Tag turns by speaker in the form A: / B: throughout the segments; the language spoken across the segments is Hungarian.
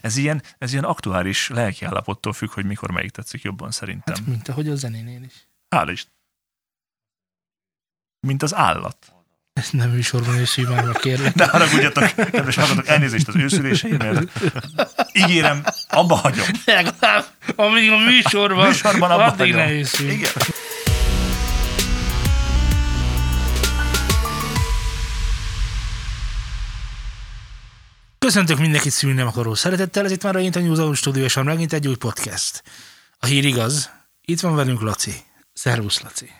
A: Ez ilyen, ez ilyen aktuális lelkiállapottól függ, hogy mikor melyik tetszik jobban szerintem.
B: Hát, mint ahogy a zenénél is.
A: Hál' is. Mint az állat.
B: Ezt nem műsorban őszülj már, meg kérlek.
A: Ne haragudjatok, kedves hallgatók, elnézést az őszüléseimért. Ígérem, abba hagyom.
B: Legalább, amíg a műsorban,
A: Műsorban abba
B: addig ne
A: hagyom.
B: őszülj.
A: Igen.
B: Köszöntök mindenkit szülni nem akaró szeretettel, ez itt már megint a News Out Studio, és már megint egy új podcast. A hír igaz, itt van velünk Laci. Szervusz, Laci.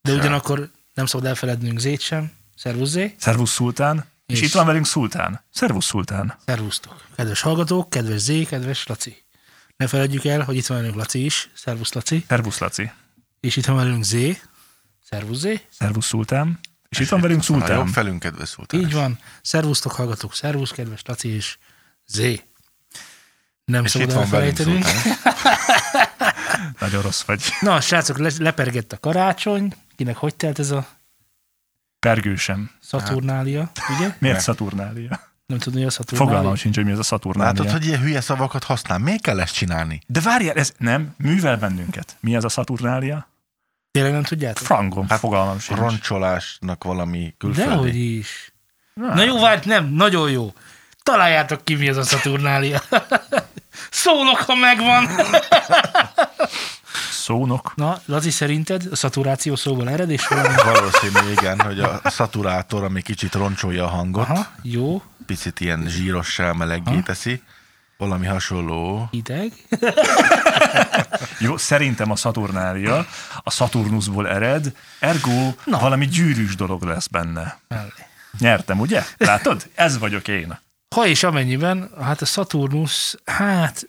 B: De ugyanakkor nem szabad elfelednünk Zét sem. Szervusz, Zé.
A: Szervusz Szultán. És,
B: És-
A: itt van velünk Szultán. Szervusz Szultán.
B: Szervusztok. Kedves hallgatók, kedves Zé, kedves Laci. Ne feledjük el, hogy itt van velünk Laci is. Szervusz, Laci.
A: Szervusz Laci.
B: És itt van velünk Zé. Szervusz, Zé.
A: Szervusz Szultán. És itt van velünk
C: A jobb
A: Szultán.
C: felünk kedves Szultán.
B: Így van. Szervusztok, hallgatók. Szervusz, kedves Laci és Zé. Nem
C: És
B: szabad
C: itt van velünk
B: elfelejtenünk.
C: Szultán.
A: Nagyon rossz vagy.
B: Na, srácok, le- lepergett a karácsony. Kinek hogy telt ez a
A: Pergősem.
B: Szaturnália, ugye?
A: Miért Szaturnália?
B: Nem tudom, mi a Szaturnália.
A: Fogalmam sincs, hogy mi ez a Szaturnália.
C: Látod, hogy ilyen hülye szavakat használ? Miért kell ezt csinálni?
A: De várjál, ez nem, művel bennünket. Mi ez a Szaturnália?
B: Tényleg nem tudjátok?
A: Frangom, hát, fogalmam sincs.
C: Roncsolásnak valami külföldi.
B: Dehogy is. Na jó, várj, nem, nagyon jó. Találjátok ki, mi az a Szaturnália. Szólok, ha megvan.
A: Szónok.
B: Na, Laci, szerinted a szaturáció szóval ered, és valami...
C: Valószínű, igen, hogy a szaturátor, ami kicsit roncsolja a hangot, Aha.
B: Aha, jó,
C: picit ilyen zsírossá meleggé teszi, valami hasonló.
B: hideg.
A: Jó, szerintem a Szaturnália a Saturnusból ered, ergo Na. valami gyűrűs dolog lesz benne.
B: Mellé.
A: Nyertem, ugye? Látod? Ez vagyok én.
B: Ha és amennyiben, hát a Szaturnusz, hát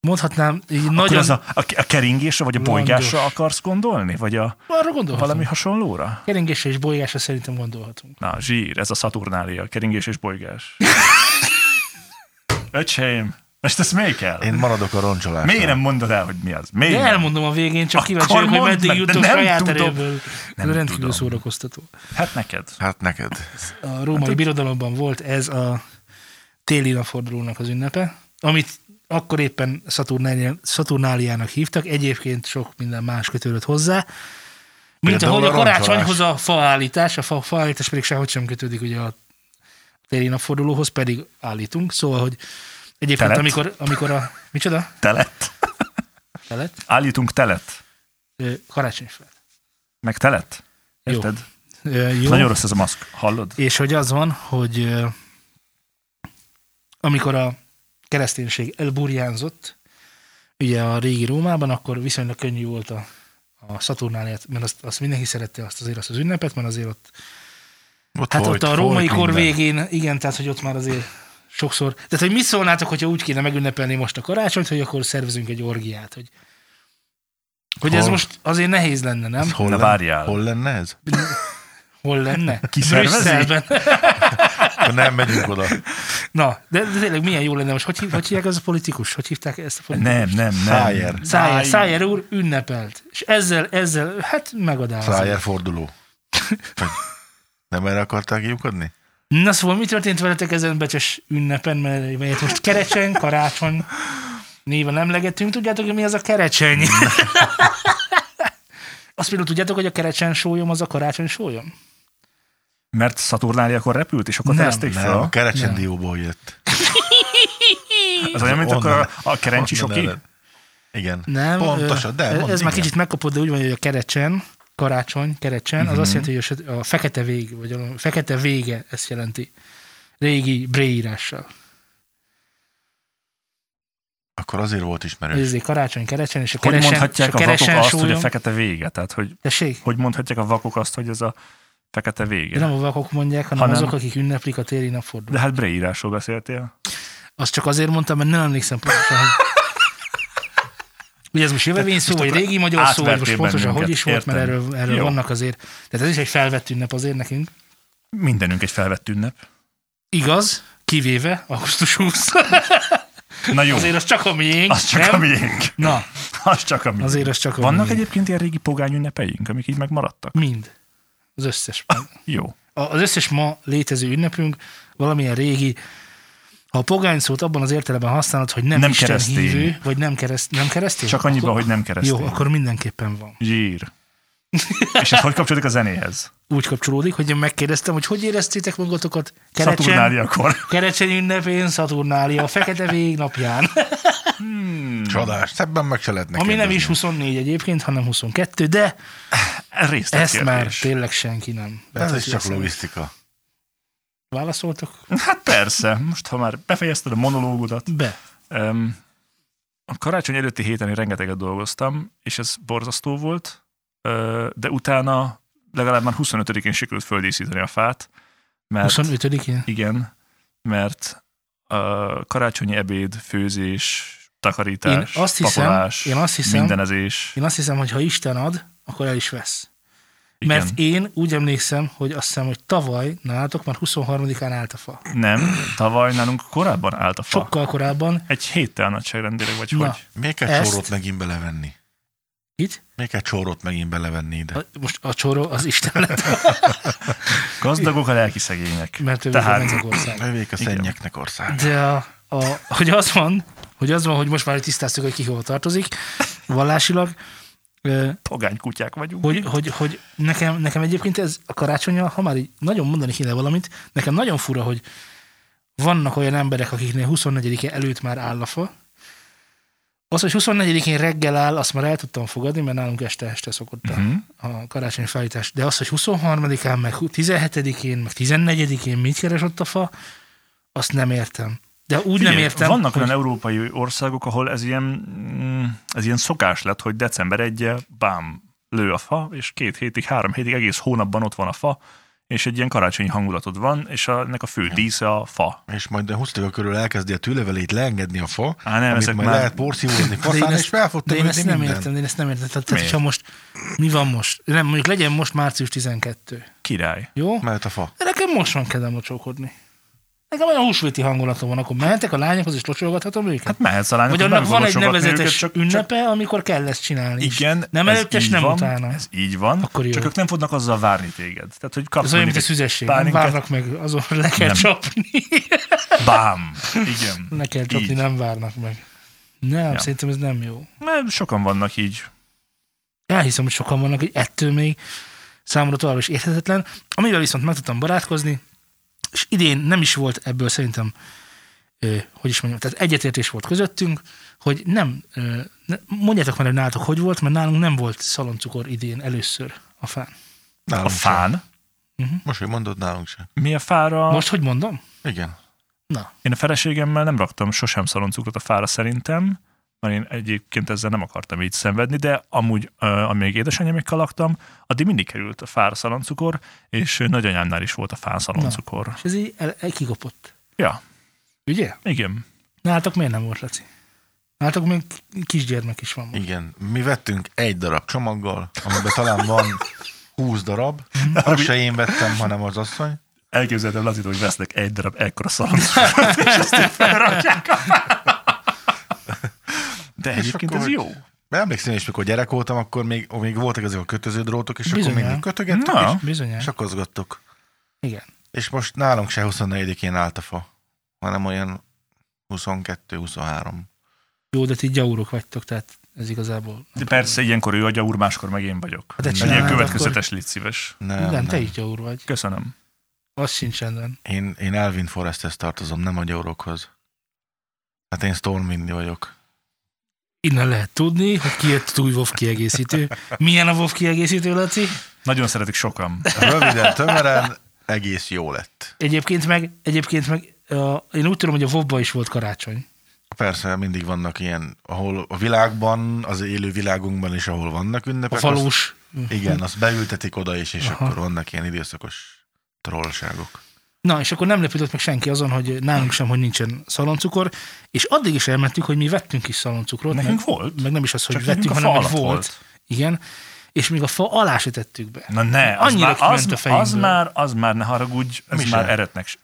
B: mondhatnám, így
A: Akkor
B: nagyon...
A: ez a, a, a keringésre, vagy a
B: Langyos.
A: bolygásra akarsz gondolni? Vagy a
B: Arra gondolhatunk.
A: valami
B: Valami...
A: hasonlóra?
B: Keringésre és bolygásra szerintem gondolhatunk.
A: Na, zsír, ez a Szaturnália, keringés és bolygás. Öcsém, most ezt még kell?
C: Én maradok a roncsolásnál.
A: Miért nem mondod el, hogy mi az? Miért
B: De
A: nem?
B: elmondom a végén, csak
A: Akkor
B: kíváncsi vagyok, hogy
A: mondd
B: meddig
A: meg, de
B: jutunk
A: nem
B: saját
A: tudom.
B: erőből.
A: Nem
B: Ez rendkívül
A: tudom.
B: szórakoztató.
A: Hát neked.
C: Hát neked.
B: A római hát, birodalomban volt ez a téli napfordulónak az ünnepe, amit akkor éppen Szaturnália- Szaturnáliának hívtak, egyébként sok minden más kötődött hozzá, mint
C: Például
B: ahogy a
C: a roncsolás.
B: karácsonyhoz a faállítás, a fa, faállítás pedig sehogy sem kötődik ugye a téli napfordulóhoz, pedig állítunk, szóval, hogy egyébként
A: Telet?
B: amikor, amikor a... Micsoda?
A: Telet.
B: Telet?
A: Állítunk telet.
B: Ö, Karácsonyfel.
A: Meg telet.
B: Jó.
A: Érted? Jó.
B: Ö, Jó.
A: Nagyon rossz ez a maszk. Hallod?
B: És hogy az van, hogy ö, amikor a kereszténység elburjánzott, ugye a régi Rómában, akkor viszonylag könnyű volt a, a Szaturnáliát, mert azt, azt mindenki szerette azt azért azt az ünnepet, mert azért ott,
C: Ott
B: hát
C: folyt,
B: ott a római
C: folyt
B: kor
C: minden.
B: végén, igen, tehát hogy ott már azért sokszor, tehát hogy mit szólnátok, hogyha úgy kéne megünnepelni most a karácsonyt, hogy akkor szervezünk egy orgiát, hogy hogy ez
C: Hol?
B: most azért nehéz lenne, nem?
C: Ez Hol,
A: Na,
C: lenne,
A: várjál.
C: hol lenne ez?
B: Hol lenne?
A: Ki szervezi?
B: Brüsszelben.
C: Akkor Nem megyünk oda.
B: Na, de, de tényleg milyen jó lenne most. Hogy, hív, hogy hívják ez a politikus? Hogy hívták ezt a politikus?
A: Nem, nem,
C: Szájer.
A: nem.
B: Szájer, Szájer úr ünnepelt. És ezzel, ezzel, hát megadálom.
C: Szájer forduló. Vagy nem erre akarták kiukadni?
B: Na szóval mi történt veletek ezen becses ünnepen, mert melyet most kerecsen, karácsony néven emlegettünk. Tudjátok, hogy mi az a kerecseny? Azt például tudjátok, hogy a kerecsen sólyom az a karácsony sólyom?
A: Mert Szaturnália akkor repült, és akkor
B: Nem,
A: terezték
C: Nem, a
A: fel.
C: kerecsendióból jött.
A: Ez Szóval olyan, mint
C: Onnan-
A: akkor a, a kerencsi
C: onnan
A: soki.
C: ered. Igen.
B: Nem.
C: Pontosan, de
B: ö,
C: mondd,
B: Ez már
C: igen.
B: kicsit megkapod, de úgy van, hogy a kerecsen, karácsony, kerecsen,
A: Mhm.
B: az azt jelenti, hogy a söt- a fekete vég, vagy a fekete vége, ezt jelenti. Régi bréírással.
C: Akkor azért volt ismerős.
B: Ezért karácsony, kerecsen, és a
A: Hogy
B: keresen,
A: mondhatják
B: és a
A: a vakok
B: keresen
A: azt, hogy
B: sólyom.
A: a fekete vége? Tehát, hogy
B: Tessék?
A: hogy mondhatják a vakok azt, hogy ez a fekete
B: De
A: vége?
B: nem a vakok mondják, hanem,
A: Hanem-
B: hanem azok, akik ünneplik a téli napfordulót.
A: De hát Breírásról beszéltél.
B: Azt csak azért mondtam, mert nem emlékszem pontosan, hogy... Ugye ez most jövevény szó, vagy régi magyar szó, vagy most
A: átvertél
B: pontosan hogy
A: bennünket,
B: is volt, mert
A: értem.
B: erről, erről
A: Jó.
B: vannak azért. Tehát ez is egy felvett ünnep azért nekünk.
A: Mindenünk egy felvett ünnep.
B: Igaz, kivéve augusztus 20.
A: Na jó,
B: Azért az csak a miénk,
A: az csak
B: nem?
A: a miénk.
B: Na,
A: Az csak a miénk.
B: azért az csak a
A: Vannak
B: miénk.
A: egyébként ilyen régi pogány ünnepeink, amik így megmaradtak?
B: Mind. Az összes.
A: Jó.
B: A- Az összes ma létező ünnepünk valamilyen régi Ha a pogány szót abban az értelemben használod, hogy nem,
A: Nem
B: nem Isten
A: keresztény.
B: hívő, vagy nem, kereszt, nem keresztény?
A: Csak annyiban, hogy nem keresztény.
B: Jó, akkor mindenképpen van.
A: Gyír. És ez hogy kapcsolódik a zenéhez?
B: Úgy kapcsolódik, hogy én megkérdeztem, hogy hogy éreztétek magatokat Kerecsen,
A: Szaturnáliakor.
B: Kerecsen ünnepén, Szaturnália, a fekete végnapján.
C: Csodás, ebben meg se lehetne
B: Ami nem
C: kérdezni.
B: is 24 egyébként, hanem 22, de
A: Részlet
B: ezt már
A: kérdés.
B: tényleg senki nem.
C: Ez is
B: Tehát,
C: csak
B: ezt
C: logisztika.
B: Válaszoltok?
A: Hát persze, most ha már befejezted a monológodat.
B: Be.
A: Um, a karácsony előtti héten én rengeteget dolgoztam, és ez borzasztó volt, ö, de utána legalább már 25-én sikerült földíszíteni a fát, mert
B: 25-én?
A: igen, mert a karácsonyi ebéd, főzés,
B: Én
A: takarítás,
B: azt hiszem,
A: pakolás,
B: én azt hiszem,
A: mindenezés.
B: én azt hiszem, hogy ha Isten ad, akkor el is vesz.
A: Igen.
B: Mert én úgy emlékszem, hogy azt hiszem, hogy tavaly nálatok már 23-án állt a fa.
A: Nem, tavaly nálunk korábban állt a fa.
B: Sokkal korábban.
A: Egy héttel nagyságrendileg, vagy
B: Na.
A: hogy?
C: Még egy
B: Ezt-
C: csórot megint belevenni.
B: Itt?
C: Még egy csórot megint belevenni ide.
B: A- Most a csoró az Isten lett,
A: Gazdagok a lelki szegények.
B: mert ő
A: Tehát-
B: Tehát... a ország.
C: Övék a szennyeknek ország.
B: De a, a, hogy az van, hogy az van, hogy most már tisztáztuk, hogy ki hova tartozik, vallásilag, ö,
A: Pogány kutyák vagyunk.
B: hogy, hogy, hogy nekem, nekem egyébként ez a karácsonyjal, ha már így nagyon mondani kéne valamit, nekem nagyon fura, hogy vannak olyan emberek, akiknél 24 előtt már áll a fa. Az, hogy 24-én reggel áll, azt már el tudtam fogadni, mert nálunk este-este szokott a,
A: Mhm.
B: a karácsonyi felállítás. De az, hogy 23-án, meg 17-én, meg 14-én mit keres ott a fa, azt nem értem. De úgy
A: Figyelj,
B: nem értem,
A: Vannak
B: hogy
A: olyan európai országok, ahol ez ilyen, mm, ez ilyen szokás lett, hogy december 1 bám, lő a fa, és két hétig, három hétig, egész hónapban ott van a fa, és egy ilyen karácsonyi hangulatod van, és a, ennek a fő dísze a fa.
C: És majd a 20 éve körül elkezdi a tűlevelét leengedni a fa,
A: Á, nem,
C: amit
A: ezek
C: majd
A: már-
C: lehet porszívózni
B: Hát De
C: faszán, és fel fog
B: de én
C: tömődni
B: ezt nem
C: minden.
B: értem, de én ezt nem értem. Tehát, tehát
A: Miért?
B: hogyha most, mi van most? Nem, mondjuk legyen most március 12.
A: Király.
B: Jó?
C: Mert a fa.
B: De nekem most van kedvem mocsókodni. Nekem olyan húsvéti hangulatom van, akkor mehetek a lányokhoz és locsolgathatom őket? Hát,
A: Hát mehetsz a lányok,
B: Vagy
A: nem
B: annak
A: fogod
B: van egy
A: locsogatni
B: nevezetes
A: őket,
B: csak, ünnepe, amikor kell ezt csinálni is.
A: igen,
B: Nem
A: ez
B: előtte és
A: így
B: nem
A: van,
B: utána.
A: Ez így van,
B: Akkor jó.
A: csak ők nem fognak azzal várni téged. Tehát, hogy kapsz
B: Ez olyan,
A: mondjuk
B: mint a
A: egy
B: szüzesség. Nem
A: pálinkát,
B: várnak meg, azon le kell
A: Nem.
B: csapni.
A: Bám! Igen.
B: Le kell csapni,
A: Így.
B: nem várnak meg. Nem,
A: Ja.
B: szerintem ez nem jó.
A: Mert sokan vannak így.
B: Elhiszem, hogy sokan vannak, hogy ettől még számomra tovább is érthetetlen. Amivel viszont meg tudtam barátkozni, és idén nem is volt ebből szerintem, ö, hogy is mondjam, tehát egyetértés volt közöttünk, hogy nem, ö, ne, mondjátok már, hogy nálatok hogy volt, mert nálunk nem volt szaloncukor idén először a fán.
A: A
C: Nálunk sem.
A: fán.
C: Most, hogy mondod, nálunk sem.
A: Mi a fára?
B: Most hogy mondom?
C: Igen.
B: Na,
A: Én a feleségemmel nem raktam sosem szaloncukrot a fára szerintem, mert én egyébként ezzel nem akartam így szenvedni, de amúgy, ö, amíg édesanyámékkal laktam, addig mindig került a fára szaloncukor, és ö, nagyanyámnál is volt a fán szaloncukor.
B: és ez így el, el kikopott.
A: Ja,
B: Ugye?
A: igen.
B: Nálatok miért nem volt, Laci? Nálatok még kisgyermek is van. most.
C: Igen. Mi vettünk egy darab csomaggal, amiben talán van 20 darab. Azt se én vettem, hanem az asszony.
A: Elképzeltem Lazit, hogy vesznek egy darab ekkora szaloncukrot, és ezt így felrakják a fára. De egyébként
C: akkor
A: ez
C: hogy-
A: jó.
C: Mert emlékszem, és mikor gyerek voltam, akkor még, még voltak ezek a kötöző drótok, és
B: Bizony,
C: akkor mindig
B: nem?
C: kötögettük,
A: Na.
C: és,
B: Bizonyára.
C: és okozgattuk.
B: Igen.
C: És most nálunk se 24-én állt a fa, hanem olyan 22-23.
B: Jó, de ti gyaurok vagytok, tehát ez igazából... Hát
A: De persze, ilyenkor ő agya úr, máskor meg én vagyok.
B: de
A: Legyél
B: csináld,
A: következetes, légy szíves.
C: Nem,
B: Nem,
C: nem.
B: te így gyaur vagy.
A: Köszönöm.
B: Az sincs rendben.
C: Én, én Elvin Forresthez tartozom, nem a gyaurokhoz. Hát én Storm Windy vagyok.
B: Innen lehet tudni, hogy ki jött új WoW kiegészítő. Milyen a WoW kiegészítő, Laci?
A: Nagyon szeretik sokan.
C: Röviden, tömören, egész jó lett.
B: Egyébként meg, egyébként meg a, én úgy tudom, hogy a wow is volt karácsony.
C: Persze mindig vannak ilyen, ahol a világban, az élő világunkban is, ahol vannak
B: A
C: ünnepek.
B: falós.
C: Azt, igen, azt beültetik oda is, és
B: Aha.
C: akkor vannak ilyen időszakos trollságok.
B: Na, és akkor nem lepődött meg senki azon, hogy nálunk sem, hogy nincsen szaloncukor, és addig is elmentünk, hogy mi vettünk is szaloncukrot.
A: Nekünk
B: meg,
A: volt.
B: Meg nem is az, hogy
A: Csak
B: vettünk,
A: nekünk a
B: hanem
A: fa
B: hogy volt.
A: alatt
B: volt. Igen. És még a fa alá se tettük be.
A: Na ne, az
B: Annyira
A: már,
B: kiment a
A: az, az
B: fejünkből.
A: már, az már ne haragudj, ez
C: Mi
A: már
C: se.
A: eretnek. se-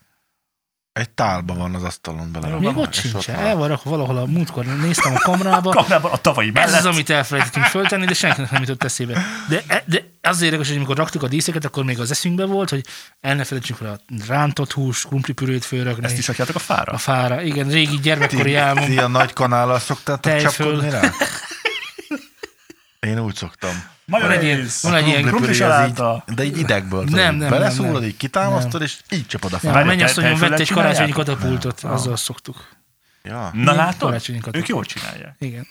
C: Egy tálba van az asztalon bele.
B: Még ott
C: és
B: sincs.
C: van.
B: El van rakva valahol a múltkor néztem a kamrába,
A: Kapnában a tavalyi
B: Ez
A: mellett.
B: az, amit elfelejtettünk föltenni, de senkinek nem jutott eszébe. De, de az érdekes, hogy amikor raktuk a díszeket, akkor még az eszünkbe volt, hogy el ne felejtsünk el a rántott hús, krumplipürét fölrakni.
A: Ezt is rakjátok a fára?
B: a fára. Igen, régi gyermekkori
C: Ti,
B: álmom.
C: ti a nagy kanállal szoktátok
B: Tejföl.
C: csapkodni rá? Én úgy szoktam.
B: Van egy ilyen, van egy ilyen
A: Krumpli
C: Krumplipüré az
A: saláta.
C: így- De így idegből.
B: Nem,
C: tudod,
B: nem, nem,
C: Beleszúrod,
B: nem.
C: így kitámasztod, és így csapod a
B: Ja,
A: Várj,
B: a
C: fel.
B: mennyasszonyom
A: te- Hát, te
B: vett egy
A: csinálják?
B: karácsonyi katapultot, azzal szoktuk.
C: Ja.
A: Na
B: Igen,
A: látod?
B: karácsonyokat.
A: Ők jól csinálják.
B: Igen.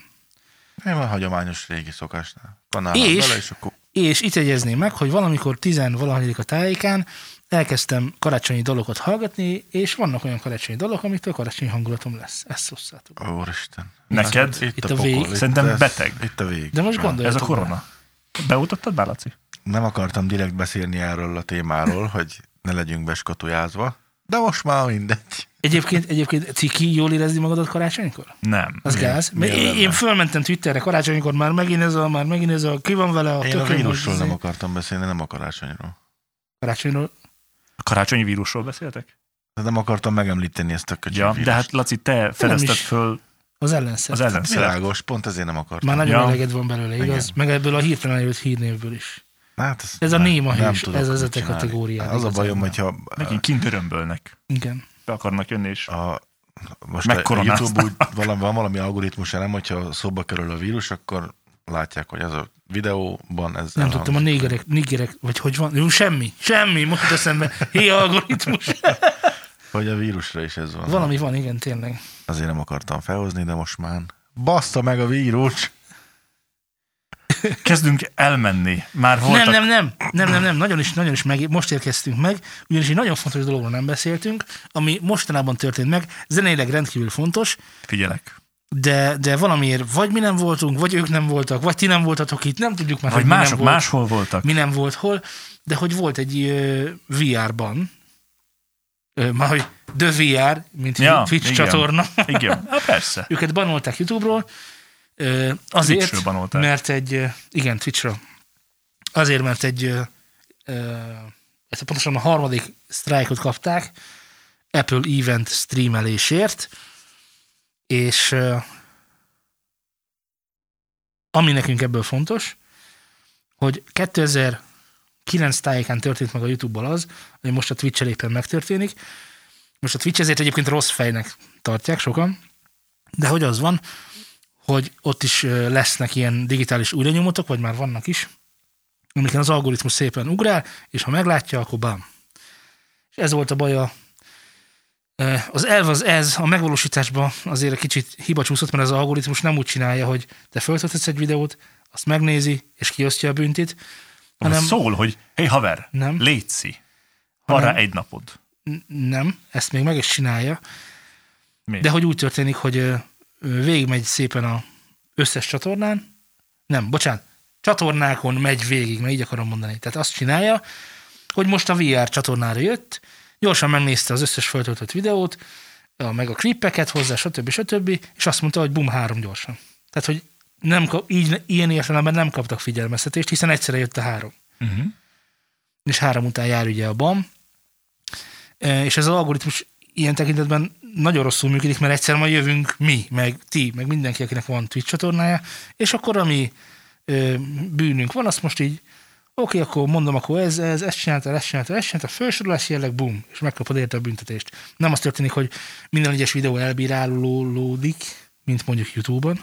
C: Nem a hagyományos régi szokásnál. Kanál
B: És-
C: bele, és akkor
B: És itt jegyezném meg, hogy valamikor 10 a tájékán elkezdtem karácsonyi dalokat hallgatni, és vannak olyan karácsonyi dalok, amiktől karácsonyi hangulatom lesz. Ezt szosszátok.
C: Ó, Úristen.
A: Neked?
B: Itt a vég.
C: itt
A: Szerintem
C: ez-
A: beteg.
C: Itt a vég.
B: De most
C: Ja.
B: gondolj.
A: Ez a korona. Beutottad már, Laci?
C: Nem akartam direkt beszélni erről a témáról, hogy ne legyünk beskatujázva, de most már mindegy.
B: Egyébként, egyébként ciki jól érezni magadat karácsonykor?
A: Nem.
B: Az gáz. Mert
C: miért
B: én,
C: lenne?
B: én fölmentem Twitterre karácsonykor, már megint ez a, már megint ez a, ki van vele a
C: Én a
B: tökön,
C: vírusról
B: hogy-
C: nem akartam beszélni, nem a karácsonyról.
B: Karácsonyról.
A: A karácsonyi vírusról beszéltek?
C: De nem akartam megemlíteni ezt a köcsög
A: Ja, de hát Laci, te fedezted
B: is.
A: föl
B: Az ellenszer.
A: az ellenszerek.
C: Világos, pont ezért nem akartam.
B: Már nagyon
A: Ja.
B: ja. eleged van belőle, igaz?
C: Igen.
B: Meg ebből a hirtelen jött hírnévből is.
C: Hát ezt
B: Ez a
C: nem-
B: néma
C: nem
B: hős,
C: tudok
B: ez
C: mit
B: az a te
C: csinálni.
B: kategóriád
C: Az a
B: igazán.
C: bajom, hogyha
A: Megint kint örömbölnek.
B: Igen.
A: Be akarnak jönni, és
C: a, most a
A: Megkoronázták.
C: YouTube úgy valami, van valami algoritmus nem, hogyha szóba kerül a vírus, akkor látják, hogy ez a videóban ez
B: Nem
C: elhangzik.
B: tudtam, a négerek, négerek, vagy hogy van? Jó, semmi, semmi, most eszembe. Hé, algoritmus.
C: Hogy a vírusra is ez van.
B: Valami van, igen, tényleg.
C: Azért nem akartam felhozni, de most már bassza meg a vírus!
A: kezdünk elmenni. Már voltak...
B: Nem, nem, nem, nem, nem, nem, nagyon is, nagyon is meg, most érkeztünk meg, ugyanis egy nagyon fontos dologról nem beszéltünk, ami mostanában történt meg, zeneileg rendkívül fontos,
A: Figyelek.
B: de, de valamiért vagy mi nem voltunk, vagy ők nem voltak, vagy ti nem voltatok itt, nem tudjuk már,
A: Vagy
B: hogy mi nem
A: mások
B: volt.
A: máshol voltak.
B: mi nem volt hol, de hogy volt egy ö, VR-ban, ö, már hogy The VR, mint
A: Ja,
B: ja, Twitch
A: igen.
B: igen. csatorna,
A: Igen, hát persze.
B: őket banolták YouTube-ról, ö, azért,
A: Twitchről banolták.
B: mert egy, ö, igen, Twitchről, azért, mert egy, ö, ö, ezt pontosan a harmadik sztrájkot kapták, Apple event streamelésért, és ö, ami nekünk ebből fontos, hogy 2009 tájékán történt meg a YouTube-ból az, hogy most a Twitch-el éppen megtörténik. Most a Twitch ezért egyébként rossz fejnek tartják sokan, de hogy az van, hogy ott is ö, lesznek ilyen digitális újranyomatok, vagy már vannak is, amiken az algoritmus szépen ugrál, és ha meglátja, akkor bám. És ez volt a baj a Ö, az elv az ez, a megvalósításban azért egy kicsit hiba csúszott, mert az algoritmus nem úgy csinálja, hogy te föltöltesz egy videót, azt megnézi, és kiosztja a büntit,
A: Hanem...
B: hanem-
A: Szól, hogy hey haver,
B: Nem.
A: létszi. Van rá
B: Hanem- Hát
A: egy napod.
B: N- nem, ezt még meg is csinálja,
A: Miért?
B: de hogy úgy történik, hogy ö, ö, végigmegy szépen a összes csatornán, nem, bocsánat, csatornákon megy végig, mert így akarom mondani. Tehát azt csinálja, hogy most a VR csatornára jött, gyorsan megnézte az összes feltöltött videót, a- meg a klippeket hozzá, stb. stb. és azt mondta, hogy bum, három gyorsan. Tehát, hogy nem kap, így, ilyen értelemben nem kaptak figyelmeztetést, hiszen egyszerre jött a három.
A: Uh-huh.
B: és három után jár ugye a BAM, E, és ez az algoritmus ilyen tekintetben nagyon rosszul működik, mert egyszer majd jövünk mi, meg ti, meg mindenki, akinek van Twitch csatornája, és akkor ami ö, bűnünk van, azt most így oké, akkor mondom, akkor ez, ez, ezt csináltál, ezt csináltál, ezt csináltál, felsorolás jelleg, bum, és megkapod érte a büntetést. Nem az történik, hogy minden egyes videó elbírálódik, mint mondjuk YouTube-on,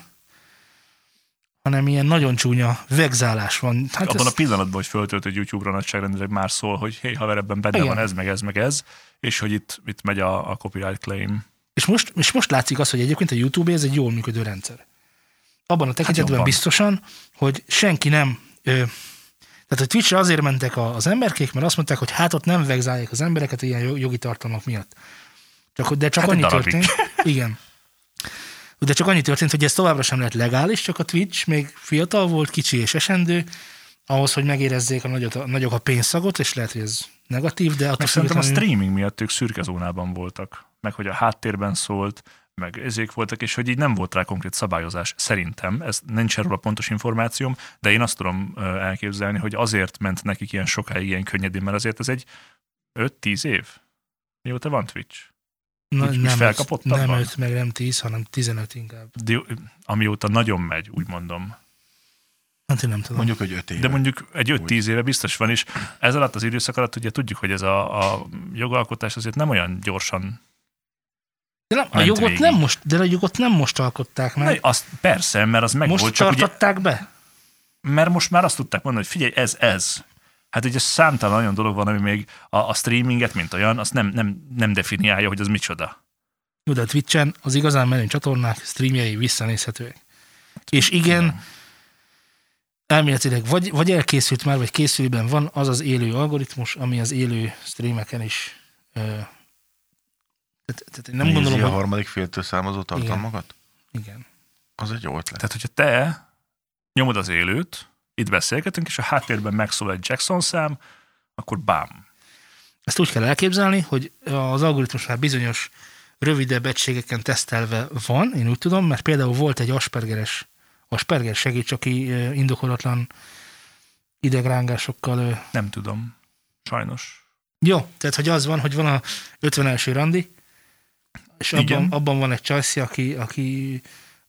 B: hanem ilyen nagyon csúnya vegzálás van. Hát
A: abban
B: ez-
A: a pillanatban, hogy föltöltöd YouTube-ra nagyságrendileg már szól, hogy hé, haver, ebben benne
B: Igen.
A: van ez, meg ez, meg ez, és hogy itt, itt megy a, a copyright claim.
B: És most, és most látszik az, hogy egyébként a YouTube ez egy jól működő rendszer. Abban a tekintetben
A: Hát jobban.
B: biztosan, hogy senki nem... Ö, tehát a Twitchre azért mentek a, az emberkék, mert azt mondták, hogy hát ott nem vegzálják az embereket ilyen jo- jogi tartalmak miatt. Csak, hogy- de csak
A: Hát
B: hát
A: egy
B: annyi
A: darabig.
B: történt. Igen. De csak annyi történt, hogy ez továbbra sem lett legális, csak a Twitch még fiatal volt, kicsi és esendő, ahhoz, hogy megérezzék a nagyot, a, nagyok a pénzszagot, és lehet, hogy ez negatív, de attól
A: Meg szerintem a
B: függetlenül-
A: streaming miatt ők szürke zónában voltak, meg hogy a háttérben szólt, meg ezék voltak, és hogy így nem volt rá konkrét szabályozás. Szerintem, ez nincs erről a pontos információm, de én azt tudom ö, elképzelni, hogy azért ment nekik ilyen sokáig, ilyen könnyedén, mert azért ez egy 5-10 év. Mióta van Twitch?
B: Na,
A: Úgy- úgy
B: nem,
A: felkapott
B: öt- nem
A: abban?
B: 5, meg nem 10, hanem 15 inkább.
A: De, amióta nagyon megy, úgy mondom.
B: Hát én nem tudom.
C: Mondjuk, hogy öt éve.
A: De mondjuk egy 5-10 éve biztos van, és ez alatt az időszak alatt ugye tudjuk, hogy ez a, a jogalkotás azért nem olyan gyorsan.
B: De nem, a
A: ment
B: jogot
A: végig.
B: nem most, de a jogot nem most alkották
A: Na,
B: meg.
A: azt persze, mert az meg
B: most
A: volt, csak ugye,
B: tartották be?
A: mert most már azt tudták mondani, hogy figyelj, ez ez. Hát ugye számtalan olyan dolog van, ami még a, a streaminget, mint olyan, azt nem, nem, nem definiálja, hogy az micsoda.
B: Jó, de a Twitch-en az igazán menő csatornák streamjei visszanézhetőek. És igen, elméletileg vagy, vagy elkészült már, vagy készülőben van az az élő algoritmus, ami az élő streameken is ö, tehát, tehát én nem
C: Nézi
B: gondolom,
C: a
B: hogy...
C: harmadik féltől származó tartalmakat?
B: Igen.
C: Az egy jó ötlet.
A: Tehát, hogyha te nyomod az élőt, itt beszélgetünk, és a háttérben megszól egy Jackson szám, akkor bám.
B: Ezt úgy kell elképzelni, hogy az algoritmus már bizonyos rövidebb egységeken tesztelve van, én úgy tudom, mert például volt egy aspergeres, asperger segíts, aki ö, indokolatlan idegrángásokkal ö,
A: Nem tudom. Sajnos.
B: Jó, tehát hogy az van, hogy van a 51. randi, és abban,
A: Igen.
B: abban van egy csajszi, aki, aki,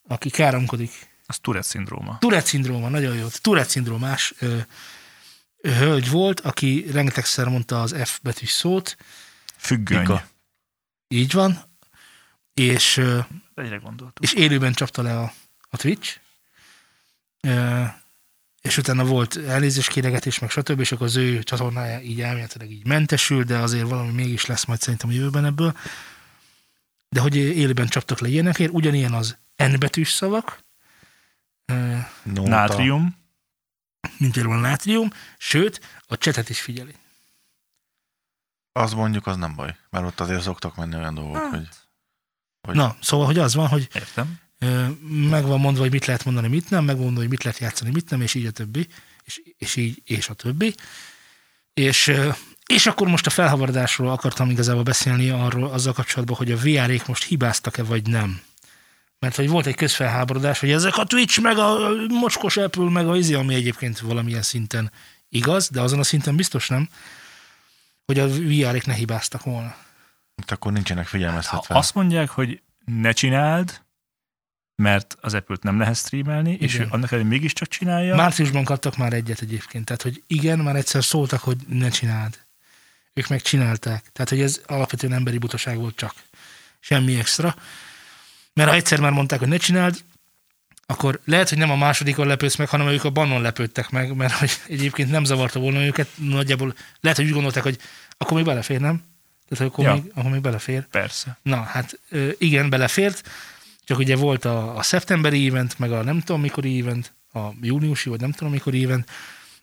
B: aki káromkodik.
A: Az Tourette szindróma.
B: Tourette szindróma, nagyon jó. Tourette szindrómás ö, hölgy volt, aki rengetegszer mondta az F betűs szót,
A: Függöny.
C: Pika.
B: így van, és, ö,
A: Egyre gondoltuk.
B: és élőben csapta le a, a Twitch, ö, és utána volt elnézést kéregetés, meg stb., és akkor az ő csatornája így elméletileg így mentesül, de azért valami mégis lesz majd szerintem a jövőben ebből. de hogy élőben csaptak le ilyenekért, ugyanilyen az N betűs szavak, ö,
C: Nóta.
A: Nátrium.
B: mint például a nátrium, sőt, a csetet is figyeli.
C: Az mondjuk, az nem baj. Mert ott azért szoktak menni olyan dolgok, hogy Hogy-
B: Na, szóval, hogy az van, hogy
A: Értem.
B: ö, meg van mondva, hogy mit lehet mondani, mit nem, meg van mondva, hogy mit lehet játszani, mit nem, és így a többi, és, és így, és a többi. És, ö, és akkor most a felhavardásról akartam igazából beszélni arról azzal kapcsolatban, hogy a VR-ék most hibáztak-e, vagy nem. Mert hogy volt egy közfelháborodás, hogy ezek a Twitch, meg a mocskos Apple, meg a izi, ami egyébként valamilyen szinten igaz, de azon a szinten biztos nem, hogy a VR-ék ne hibáztak volna.
C: itt akkor nincsenek
A: Ha
C: figyelmeztetve.
A: Szóval azt mondják, hogy ne csináld, mert az Apple-t nem lehet streamelni, Igen. és
B: Igen.
A: ő annak ellenére mégiscsak csinálja.
B: Márciusban kaptak már egyet egyébként, tehát hogy igen, már egyszer szóltak, hogy ne csináld. Ők meg csinálták. Tehát, hogy ez alapvetően emberi butaság volt csak. Semmi extra. Mert ha egyszer már mondták, hogy ne csináld, akkor lehet, hogy nem a másodikon lepődsz meg, hanem ők a bannon lepődtek meg, mert hogy egyébként nem zavarta volna őket, nagyjából lehet, hogy úgy gondolták, hogy akkor még belefér, nem? Tehát hogy akkor,
A: Ja.
B: ja. még, akkor még belefér.
A: Persze.
B: Na, hát ö, igen, belefért, csak ugye volt a, a szeptemberi event, meg a nem tudom mikori event, a júniusi, vagy nem tudom mikori event,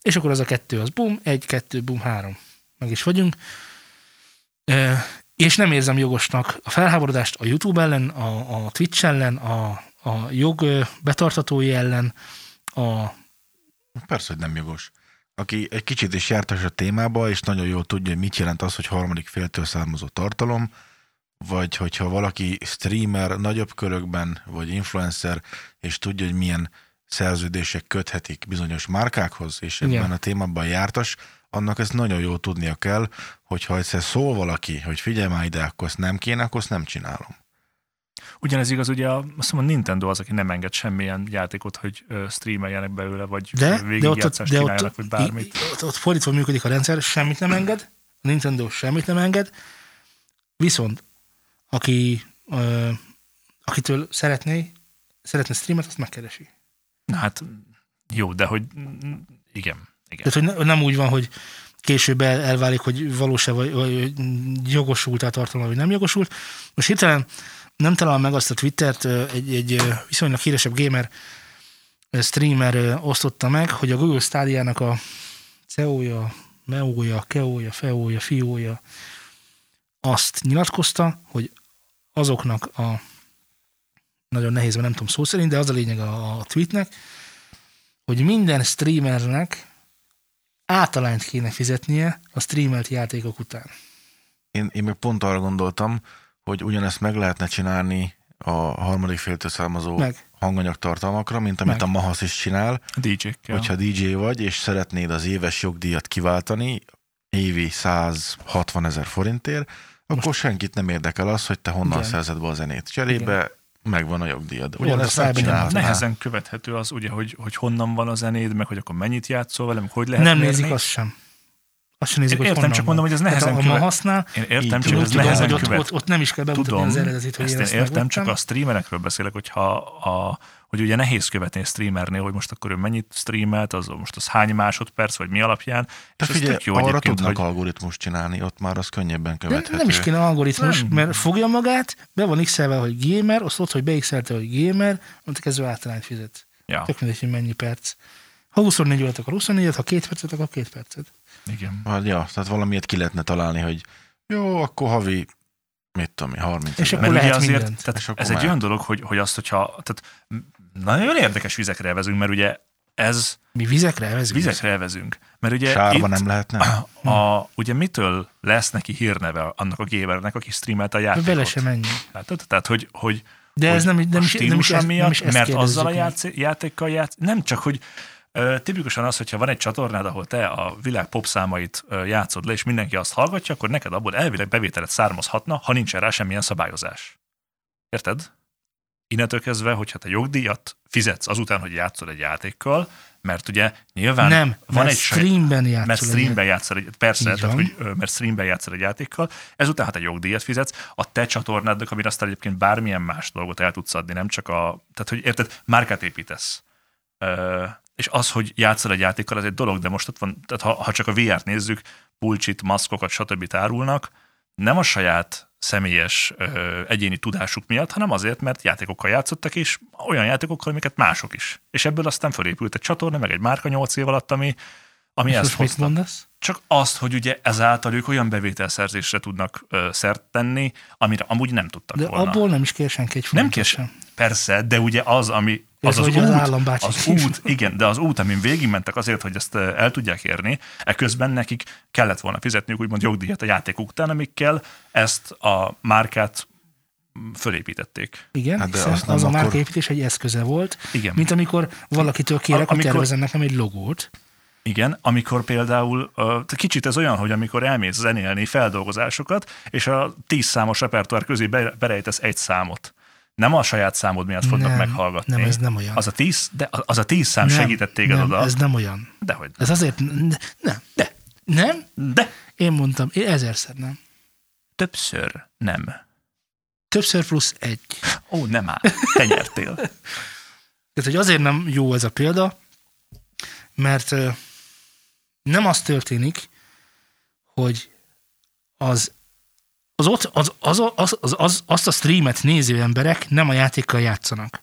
B: és akkor az a kettő, az bum, egy, kettő, bum, három. Meg is vagyunk. Ö, és nem érzem jogosnak a felháborodást a YouTube ellen, a, a Twitch ellen, a, a jog ö, betartatói ellen, a
C: Persze, hogy nem jogos. Aki egy kicsit is jártas a témába, és nagyon jól tudja, hogy mit jelent az, hogy harmadik féltől származó tartalom, vagy hogyha valaki streamer nagyobb körökben, vagy influencer, és tudja, hogy milyen szerződések köthetik bizonyos márkákhoz, és ebben
B: Igen.
C: a témában jártas, annak ezt nagyon jól tudnia kell, hogyha egyszer szól valaki, hogy figyelj már ide, akkor ezt nem kéne, akkor ezt nem csinálom.
A: Ugyanez igaz, ugye a, azt mondom, a Nintendo az, aki nem enged semmilyen játékot, hogy ö, streameljenek belőle, vagy
B: De, de ott,
A: végigjátszást
B: de
A: csináljanak,
B: ott,
A: vagy bármit.
B: i- i- Ott, ott fordítva működik a rendszer, semmit nem enged, a Nintendo semmit nem enged, viszont aki, ö, akitől szeretné, szeretne streamet, azt megkeresi.
A: Na hát jó, de hogy mm, igen. igen.
B: Tehát, hogy ne, nem úgy van, hogy később el- elválik, hogy valós-e vagy, vagy jogosult a tartalma, vagy nem jogosult. Most hirtelen nem talál meg azt a Twittert, ö, egy, egy ö, viszonylag híresebb gamer ö, streamer ö, osztotta meg, hogy a Google Stadia-nak a E CEO-ja, Meója, Keója, Feója, Fiója azt nyilatkozta, hogy azoknak a nagyon nehéz, mert nem tudom szó szerint, de az a lényeg a, a tweetnek, hogy minden streamernek általányt kéne fizetnie a streamelt játékok után.
C: Én, én még pont arra gondoltam, hogy ugyanezt meg lehetne csinálni a harmadik féltől származó
B: Meg.
C: hanganyag tartalmakra, mint amit
B: Meg.
C: a Mahasz is csinál,
A: DJ-kkel.
C: hogyha DJ vagy, és szeretnéd az éves jogdíjat kiváltani, évi 160 ezer forintért, akkor senkit nem érdekel az, hogy te honnan
B: Igen.
C: szerzed be a zenét. Cserébe megvan a jogdíjad.
B: a
C: Ugyanezt
B: szájban nem
C: megcsinálhatnád.
A: Nehezen követhető az, ugye, hogy, hogy honnan van a zenéd, meg hogy akkor mennyit játszol velem, hogy lehet
B: Nem
A: mérni.
B: nézik azt sem. Azt sem nézik,
A: hát Én értem,
B: hogy honnan
A: csak mondom, hogy
B: van.
A: ez nehezen
B: Tehát, ha- Ha
A: követ-
B: ma használ,
A: Én értem,
C: Így
A: csak
B: Csak
A: hogy
B: úgy
A: ez
B: tudom,
A: nehezen
B: hogy ott,
A: követ.
B: ott, ott, nem is kell bemutatni
A: Tudom,
B: az eredetit, hogy
A: Ezt
B: én
A: én
B: ezt
A: értem, csak a
B: megvettem.
A: streamerekről beszélek, hogyha a, hogy ugye nehéz követni egy streamernél, hogy most akkor ő mennyit streamelt, az most az hány másodperc, vagy mi alapján.
C: De
A: és ez
C: figyelj,
A: tök jó
C: arra
A: egyébként,
C: tudnak
A: hogy
C: hogy... algoritmust csinálni, ott már az könnyebben
B: De
C: követhető.
B: nem is kéne algoritmus,
A: Nem.
B: mert fogja magát, be van x hogy gamer, azt ott, hogy beixelte, hogy gamer, mondta kezdve általányt fizet.
A: Ja,
B: Tök mindegy, hogy mennyi perc. Ha 24 volt, akkor 24-et, ha két percet, akkor két percet.
A: igen.
C: Hát, ja, tehát valamiért ki lehetne találni, hogy jó, akkor havi, mit tudom én, 30
B: És
C: ezer.
B: akkor-
A: Mert ugye
B: lehet
A: azért,
B: mindent.
C: És
A: tehát
C: akkor
A: ez egy
C: már-
A: olyan dolog, hogy, hogy azt, hogyha, tehát nagyon érdekes vizekre elvezünk, mert ugye ez
B: Mi vizekre elvezünk?
A: vizekre elvezünk. Mert ugye
C: Sárba
A: itt,
C: nem lehetne?
A: a, ugye mitől lesz neki hírneve annak a gamernek, aki streamelt a játékot?
B: Bele sem menjünk.
A: Látod? Tehát, hogy, hogy,
B: De
A: hogy
B: ez nem, nem,
A: a
B: is, nem, is,
A: stílusa
B: ezt,
A: miatt,
B: nem is ezt
A: mert azzal a
B: kérdezzük meg.
A: játsz, játékkal játsz, nem csak, hogy ö, tipikusan az, hogyha van egy csatornád, ahol te a világ popszámait ö, játszod le, és mindenki azt hallgatja, akkor neked abból elvileg bevételet származhatna, ha nincsen rá semmilyen szabályozás. Érted? Innentől kezdve, hogyha te jogdíjat fizetsz azután, hogy játszol egy játékkal, mert ugye nyilván
B: Nem,
A: van egy
B: mert
A: saját-
B: streamben játszol.
A: mert
B: egy-
A: streamben játszol egy, persze,
B: Így
A: tehát,
B: van.
A: hogy, ö, mert streamben játszol egy játékkal, ezután hát egy jogdíjat fizetsz, a te csatornádnak, amire aztán egyébként bármilyen más dolgot el tudsz adni, nem csak a, tehát hogy érted, márkát építesz. Ö, és az, hogy játszol egy játékkal, az egy dolog, de most ott van, tehát ha, ha csak a VR-t nézzük, pulcsit, maszkokat, stb. árulnak, nem a saját személyes ö, egyéni tudásuk miatt, hanem azért, mert játékokkal játszottak, és olyan játékokkal, amiket mások is. És ebből aztán fölépült egy csatorna, meg egy márka 8 év alatt, ami, ami
B: És
A: ezt
B: most mit
A: hozta
B: mondasz?
A: csak azt, hogy ugye ezáltal ők olyan bevételszerzésre tudnak ö, szert tenni, amire amúgy nem tudtak
B: De
A: volna.
B: abból nem is kér senki egy
A: nem
B: forintot
A: kér
B: sem.
A: Persze, de ugye az, ami az
B: Ez
A: az,
B: hogy
A: út,
B: az állambácsi
A: az
B: kép.
A: út, igen, de az út, amin végigmentek azért, hogy ezt ö, el tudják érni, eközben nekik kellett volna fizetniük úgymond jogdíjat a játékok után, amikkel ezt a márkát mm, fölépítették.
B: Igen,
C: Hát
B: hát
C: de
B: hiszen
C: azt nem
B: az a
C: akkor-
B: márkaépítés egy eszköze volt,
A: Igen.
B: mint amikor valakitől kérek, hogy
A: Amikor-
B: tervezzen nekem egy logót.
A: Igen, amikor például, ö, kicsit ez olyan, hogy amikor elmész zenélni feldolgozásokat, és a tíz számos repertoár közé be- berejtesz egy számot. Nem a saját számod miatt fognak
B: Nem,
A: meghallgatni.
B: nem, ez nem olyan.
A: Az a tíz, de az- az a tíz szám
B: nem,
A: segített téged
B: nem,
A: oda.
B: ez nem olyan.
A: Dehogy.
B: Ez azért, ne- nem, de, nem,
A: De
B: én mondtam, én ezerszer nem.
A: többször nem.
B: Többször plusz egy.
A: Ó, nem áll. Te nyertél.
B: Tehát, hogy azért nem jó ez a példa, mert ö, nem az történik, hogy az az, ott, az, az, az, az, az, azt a streamet néző emberek nem a játékkal játszanak.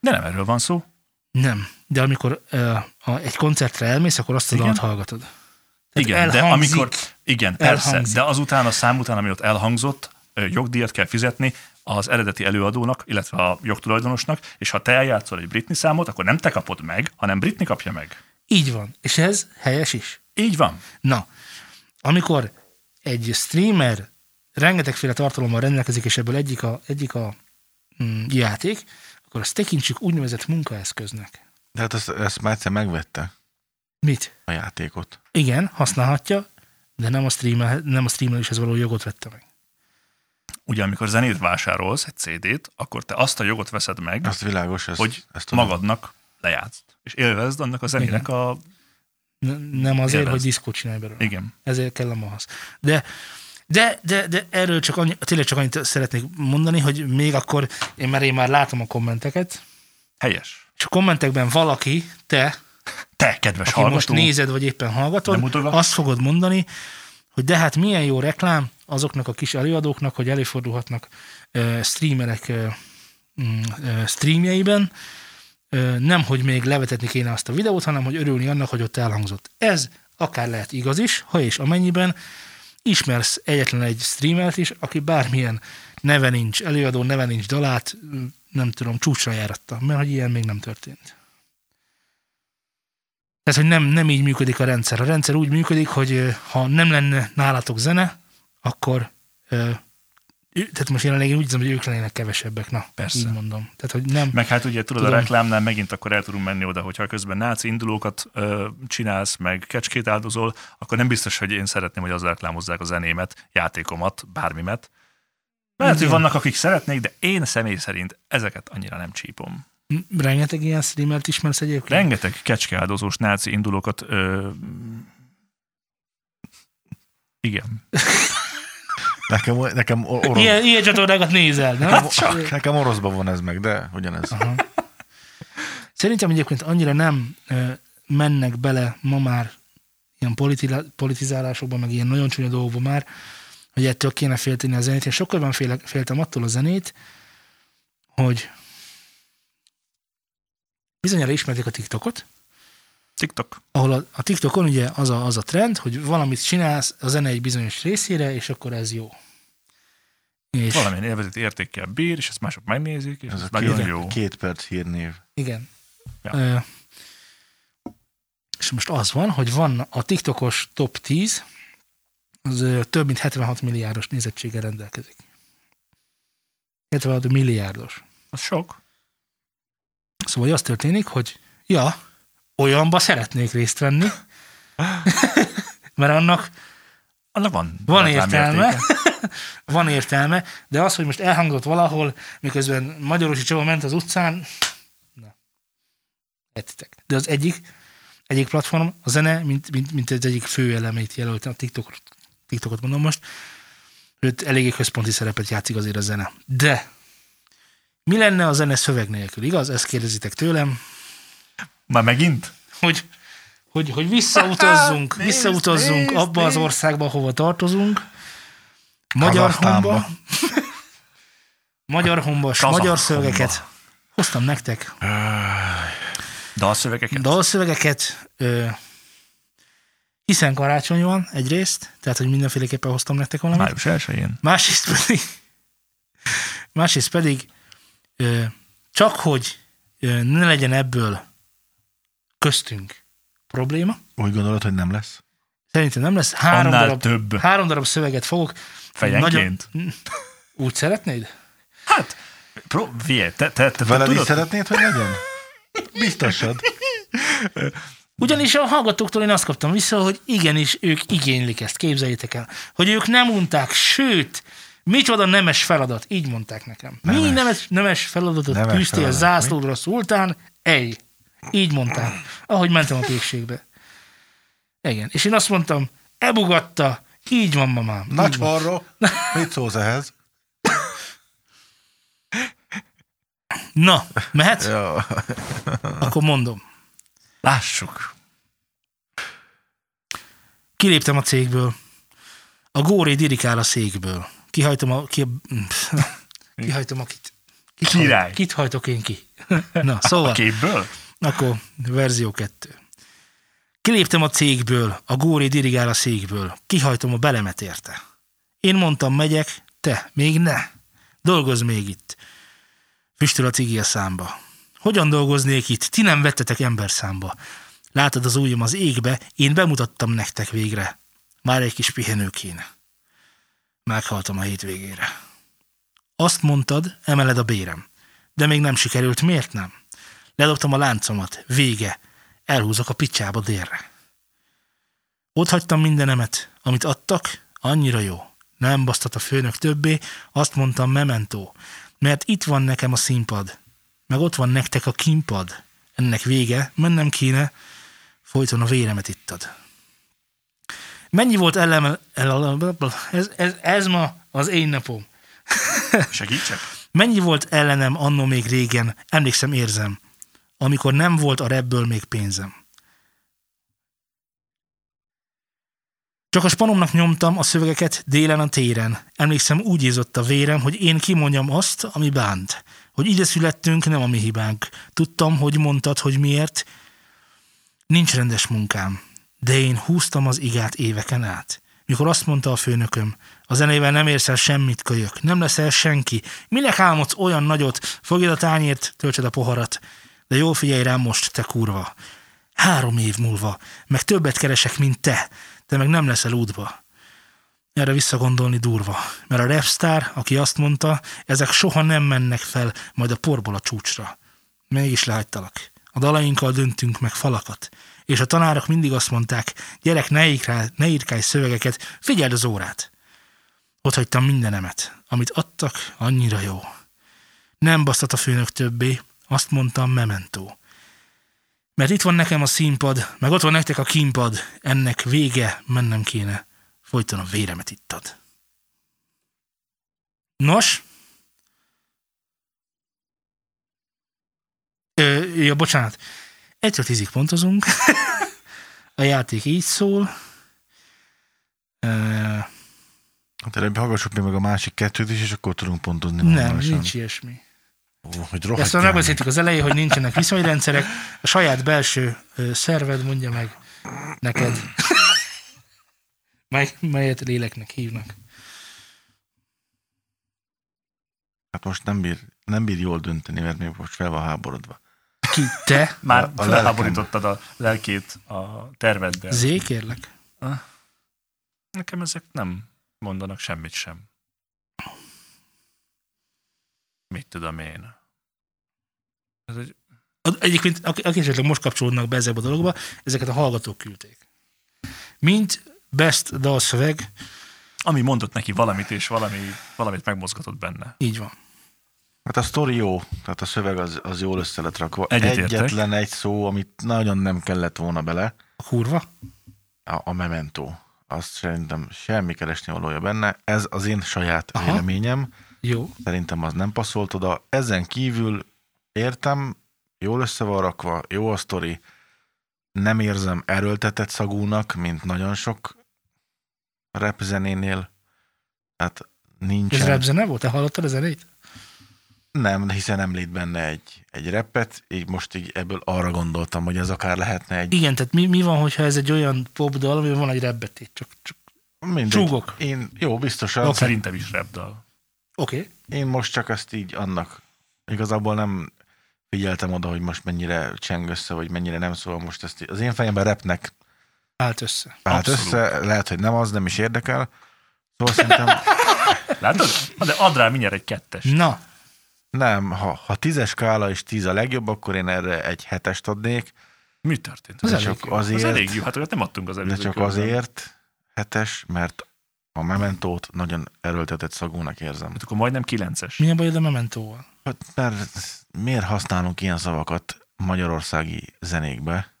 A: De nem erről van szó.
B: Nem. De amikor ö, ha egy koncertre elmész, akkor azt a
A: Igen.
B: dalt hallgatod. Tehát
A: Igen, de
B: elhangzik.
A: amikor... Igen, persze,
B: Elhangzik.
A: de azután a szám után, ami ott elhangzott, ö, jogdíjat kell fizetni az eredeti előadónak, illetve a jogtulajdonosnak, és ha te eljátszol egy Britney számot, akkor nem te kapod meg, hanem Britney kapja meg.
B: Így van. És ez helyes is.
A: Így van.
B: Na, amikor egy streamer rengetegféle tartalommal rendelkezik, és ebből egyik a, egyik a mm, játék, akkor azt tekintsük úgynevezett munkaeszköznek.
C: De hát ezt, ezt már egyszer megvette
B: Mit?
C: a játékot.
B: Igen, használhatja, de nem a, streamer, nem a streameléshez való jogot vette meg.
A: Ugye, amikor zenét vásárolsz, egy CD-t, akkor te azt a jogot veszed meg,
C: Azt világos, ezt,
A: hogy
C: ezt tudom.
A: magadnak lejátsz. És élvezd annak a zenének a...
B: N- nem azért,
A: Élvezd.
B: hogy diszkót csinálj belőle.
A: Igen.
B: ezért kell a mahasz. De, de, de, de erről csak annyi, tényleg csak annyit szeretnék mondani, hogy még akkor, én, mert én már látom a kommenteket,
A: Helyes.
B: és a kommentekben valaki, te,
A: Te, kedves
B: aki
A: hallgató,
B: most nézed, vagy éppen
A: Nem
B: hallgatod,
A: mutogatsz?
B: azt fogod mondani, hogy de hát milyen jó reklám azoknak a kis előadóknak, hogy előfordulhatnak ö, streamerek ö, mm, ö, streamjeiben, ö, nem, hogy még levetetni kéne azt a videót, hanem, hogy örülni annak, hogy ott elhangzott. Ez akár lehet igaz is, ha és amennyiben ismersz egyetlen egy streamert is, aki bármilyen neve nincs, előadó neve nincs dalát, ö, nem tudom, csúcsra járatta, mert hogy ilyen még nem történt. Tehát, hogy nem, nem így működik a rendszer. A rendszer úgy működik, hogy ö, ha nem lenne nálatok zene, akkor ö, ő- tehát most jelenleg én úgy hiszem, hogy ők lennének kevesebbek. Na,
A: Persze.
B: így mondom. Tehát, hogy nem.
A: Meg hát ugye tudod, Tudom.
B: Tudom.
A: a reklámnál megint akkor el tudunk menni oda, hogyha közben náci indulókat ö, csinálsz, meg kecskét áldozol, akkor nem biztos, hogy én szeretném, hogy azzal reklámozzák a zenémet, játékomat, bármimet. Lehet, hogy vannak, akik szeretnék, de én személy szerint ezeket annyira nem csípom.
B: M- Rengeteg ilyen streamert ismersz egyébként?
A: Rengeteg kecskeáldozós náci indulókat... Ö... Igen.
C: Nekem, nekem o- orosz,
B: Ilyen, ilyen csatornákat nézel, nem?
A: Hát
C: nekem, nekem oroszban van ez meg, de ugyanez.
B: Aha. Szerintem egyébként annyira nem ö, mennek bele ma már ilyen politila- politizálásokba, meg ilyen nagyon csúnya dolgokba már, hogy ettől kéne félteni a zenét. Én sokkal jobban féle, féltem attól a zenét, hogy bizonyára ismerték a TikTokot,
A: TikTok.
B: ahol a, a TikTokon ugye az a, az a trend, hogy valamit csinálsz a zene egy bizonyos részére, és akkor ez jó. És
A: Valamilyen élvezeti értékkel bír, és ezt mások megnézik, és ez,
C: Ez a
A: nagyon
C: két,
A: jó.
C: két perc hírnév.
B: Igen.
A: Ja.
B: Ö, és most az van, hogy van a TikTokos top 10, az ö, több mint 76 milliárdos nézettséggel rendelkezik. 76 milliárdos.
A: Az sok.
B: Szóval hogy az történik, hogy ja, olyanba szeretnék részt venni, mert annak
A: Annak van.
B: van
A: reklámértéke.
B: értelme, van értelme, de az, hogy most elhangzott valahol, miközben Magyarosi Csaba ment az utcán, na, értitek. De az egyik, egyik platform, a zene, mint, mint, mint az egyik fő elemét jelölte, a TikTok, TikTokot mondom most, őt eléggé központi szerepet játszik azért a zene. De mi lenne a zene szöveg nélkül, igaz? Ezt kérdezitek tőlem,
A: Már megint?
B: hogy, hogy, hogy visszautazzunk,
A: Nézd,
B: visszautazzunk
A: nézd,
B: abba az
A: nézd.
B: országba, hova tartozunk. Magyar
C: Kazahsztánba.
B: honba. magyar hombas,
A: Kazahsztánba.
B: magyar szövegeket. Hoztam nektek
A: Dalszövegeket?
B: dalszövegeket, ö, hiszen karácsony van egyrészt, tehát hogy mindenféleképpen hoztam nektek valamit.
A: Május 1-én.
B: Másrészt pedig, másrészt pedig ö, csak hogy ö, ne legyen ebből köztünk probléma,
C: Úgy gondolod, hogy nem lesz?
B: Szerintem nem lesz. Három
A: Annál
B: darab,
A: több.
B: három darab szöveget fogok.
A: Fejenként?
B: Nagyon... Úgy szeretnéd?
A: Hát, pró- figyelj, te, te, te, te
C: Veled is
A: tudod,
C: szeretnéd, hogy legyen? Biztosad.
B: Ugyanis a hallgatóktól én azt kaptam vissza, hogy igenis ők igénylik ezt, képzeljétek el. Hogy ők nem unták, sőt, micsoda nemes feladat, így mondták nekem. Nemes. Mi nemes, nemes feladatot
C: Nemes
B: nemes tűztél
C: feladat,
B: zászlódra, szultán, ej. Így mondták, ahogy mentem a pékségbe. Igen, és én azt mondtam, ebugatta, így van mamám. így
C: Nagy
B: van.
C: harra. Mit szólsz ehhez?
B: Na, mehet?
C: Ja.
B: Akkor mondom.
A: lássuk.
B: Kiléptem a cégből. A góré dirikál a székből. Kihajtom a... Ki, kihajtom a kit. kit
A: Király.
B: Kit hajtok én ki? Na,
C: Ah.
B: szóval,
A: A
B: okay.
A: képből?
B: akkor verzió kettő. Kiléptem a cégből, a góré dirigál a székből. Kihajtom a belemet érte. Én mondtam, megyek, te, még ne. Dolgozz még itt. Füstöl a cigi a számba. Hogyan dolgoznék itt? Ti nem vettetek ember számba. Látod az ujjam az égbe, én bemutattam nektek végre. Már egy kis pihenő kéne. Meghaltam a hétvégére. Azt mondtad, emeled a bérem. De még nem sikerült, miért nem? Ledobtam a láncomat, vége. Elhúzok a picsába délre. Ott hagytam mindenemet, amit adtak, annyira jó. Nem basztat a főnök többé, azt mondtam mementó. Mert itt van nekem a színpad, meg ott van nektek a kínpad. Ennek vége, mennem kéne, folyton a véremet ittad. Mennyi volt ellen... El, ez, ez, ez ma az én napom.
A: Segítsek?
B: Mennyi volt ellenem annó még régen, emlékszem, érzem, amikor nem volt a rebből még pénzem. Csak a spanomnak nyomtam a szövegeket délen a téren. Emlékszem, úgy ízott a vérem, hogy én kimondjam azt, ami bánt. Hogy ide születtünk, nem a mi hibánk. Tudtam, hogy mondtad, hogy miért. Nincs rendes munkám. De én húztam az igát éveken át. Mikor azt mondta a főnököm, a zenével nem érsz el semmit, kölyök. Nem leszel senki. Minek álmodsz olyan nagyot? Fogjad a tányért, töltsed a poharat. De jól figyelj rám most, te kurva. Három év múlva, meg többet keresek, mint te. Te meg nem leszel útba. Erre visszagondolni durva, mert a repstar, aki azt mondta, ezek soha nem mennek fel, majd a porból a csúcsra. Mégis lehagytalak. A dalainkkal döntünk meg falakat. És a tanárok mindig azt mondták, gyerek, ne, ikrál, ne írkálj szövegeket, figyeld az órát. Ott hagytam mindenemet, amit adtak, annyira jó. Nem basztat a főnök többé, azt mondtam mementó. Mert itt van nekem a színpad, meg ott van nektek a kínpad, ennek vége, mennem kéne. Folyton a véremet ittad. Nos? Ö, ja, bocsánat. Egyről tízig pontozunk. a játék így szól. Ö,
C: Hát előbb hallgassuk még meg a másik kettőt is, és akkor tudunk pontozni.
B: nem,
C: manuálisan.
B: nincs ilyesmi.
C: Ó, hogy
B: Ezt már
C: rohadt
B: megbeszéltük az elején, hogy nincsenek viszonyrendszerek. A saját belső ö, szerved mondja meg neked, mely, melyet léleknek hívnak.
C: Hát most nem bír, nem bír jól dönteni, mert még most fel van háborodva.
B: Ki? Te?
A: Már
C: A-
A: a,
C: a
A: a felháborítottad a lelkét a terveddel.
B: Zé, kérlek?
A: Nekem ezek nem mondanak semmit sem. Mit tudom én? Ez egy,
B: A- Egyébként, ak- akik esetleg most kapcsolódnak be ezekbe a dologba, ezeket a hallgatók küldték. Mint best dalszöveg,
A: ami mondott neki valamit, és valami, valamit megmozgatott benne.
B: így van.
C: Hát a sztori jó, tehát a szöveg az, az jól össze lett rakva.
A: Egyetértek.
C: Egyetlen egy szó, amit nagyon nem kellett volna bele,
B: A kurva.
C: a, a memento. Azt szerintem semmi keresni valója benne. Ez az én saját
B: Aha.
C: véleményem.
B: Jó.
C: Szerintem az nem passzolt oda. Ezen kívül értem, jól össze van rakva, jó a sztori. Nem érzem erőltetett szagúnak, mint nagyon sok rap zenénél. Tehát
B: Ez
C: nincsen.
B: rap zene volt? Te hallottad a zenét?
C: Nem, hiszen említ benne egy, egy repet, így most így ebből arra gondoltam, hogy ez akár lehetne egy...
B: Igen, tehát mi, mi van, hogyha ez egy olyan pop dal, amiben van egy rebbetét? Csak, csak
C: Mindegy.
B: Súgok.
C: Én, jó, biztosan.
A: Okay. Szerintem is repdal.
B: oké. Okay.
C: Én most csak ezt így annak igazából nem figyeltem oda, hogy most mennyire cseng össze, vagy mennyire nem, szóval most ezt így- az én fejemben repnek
B: Állt össze.
C: állt
A: Abszolút.
C: össze, lehet, hogy nem az, nem is érdekel. Szóval szerintem
A: Látod? Na, De ad rá mindjárt egy kettes.
C: Hm.
B: Na,
C: nem, ha, ha tízes skála és tíz a legjobb, akkor én erre egy hetest adnék,
A: Mi történt?
B: Az
C: de
B: elég
C: csak
B: jó.
A: Ez
C: azért,
A: elég jó, hát olyat nem adtunk az
C: de
A: előző
C: csak
A: körben.
C: azért hetes, mert a mementót nagyon erőltetett szagúnak érzem.
A: Hát akkor majdnem kilences.
B: milyen bajod a mementóval?
C: Hát mert miért használunk ilyen szavakat magyarországi zenékbe?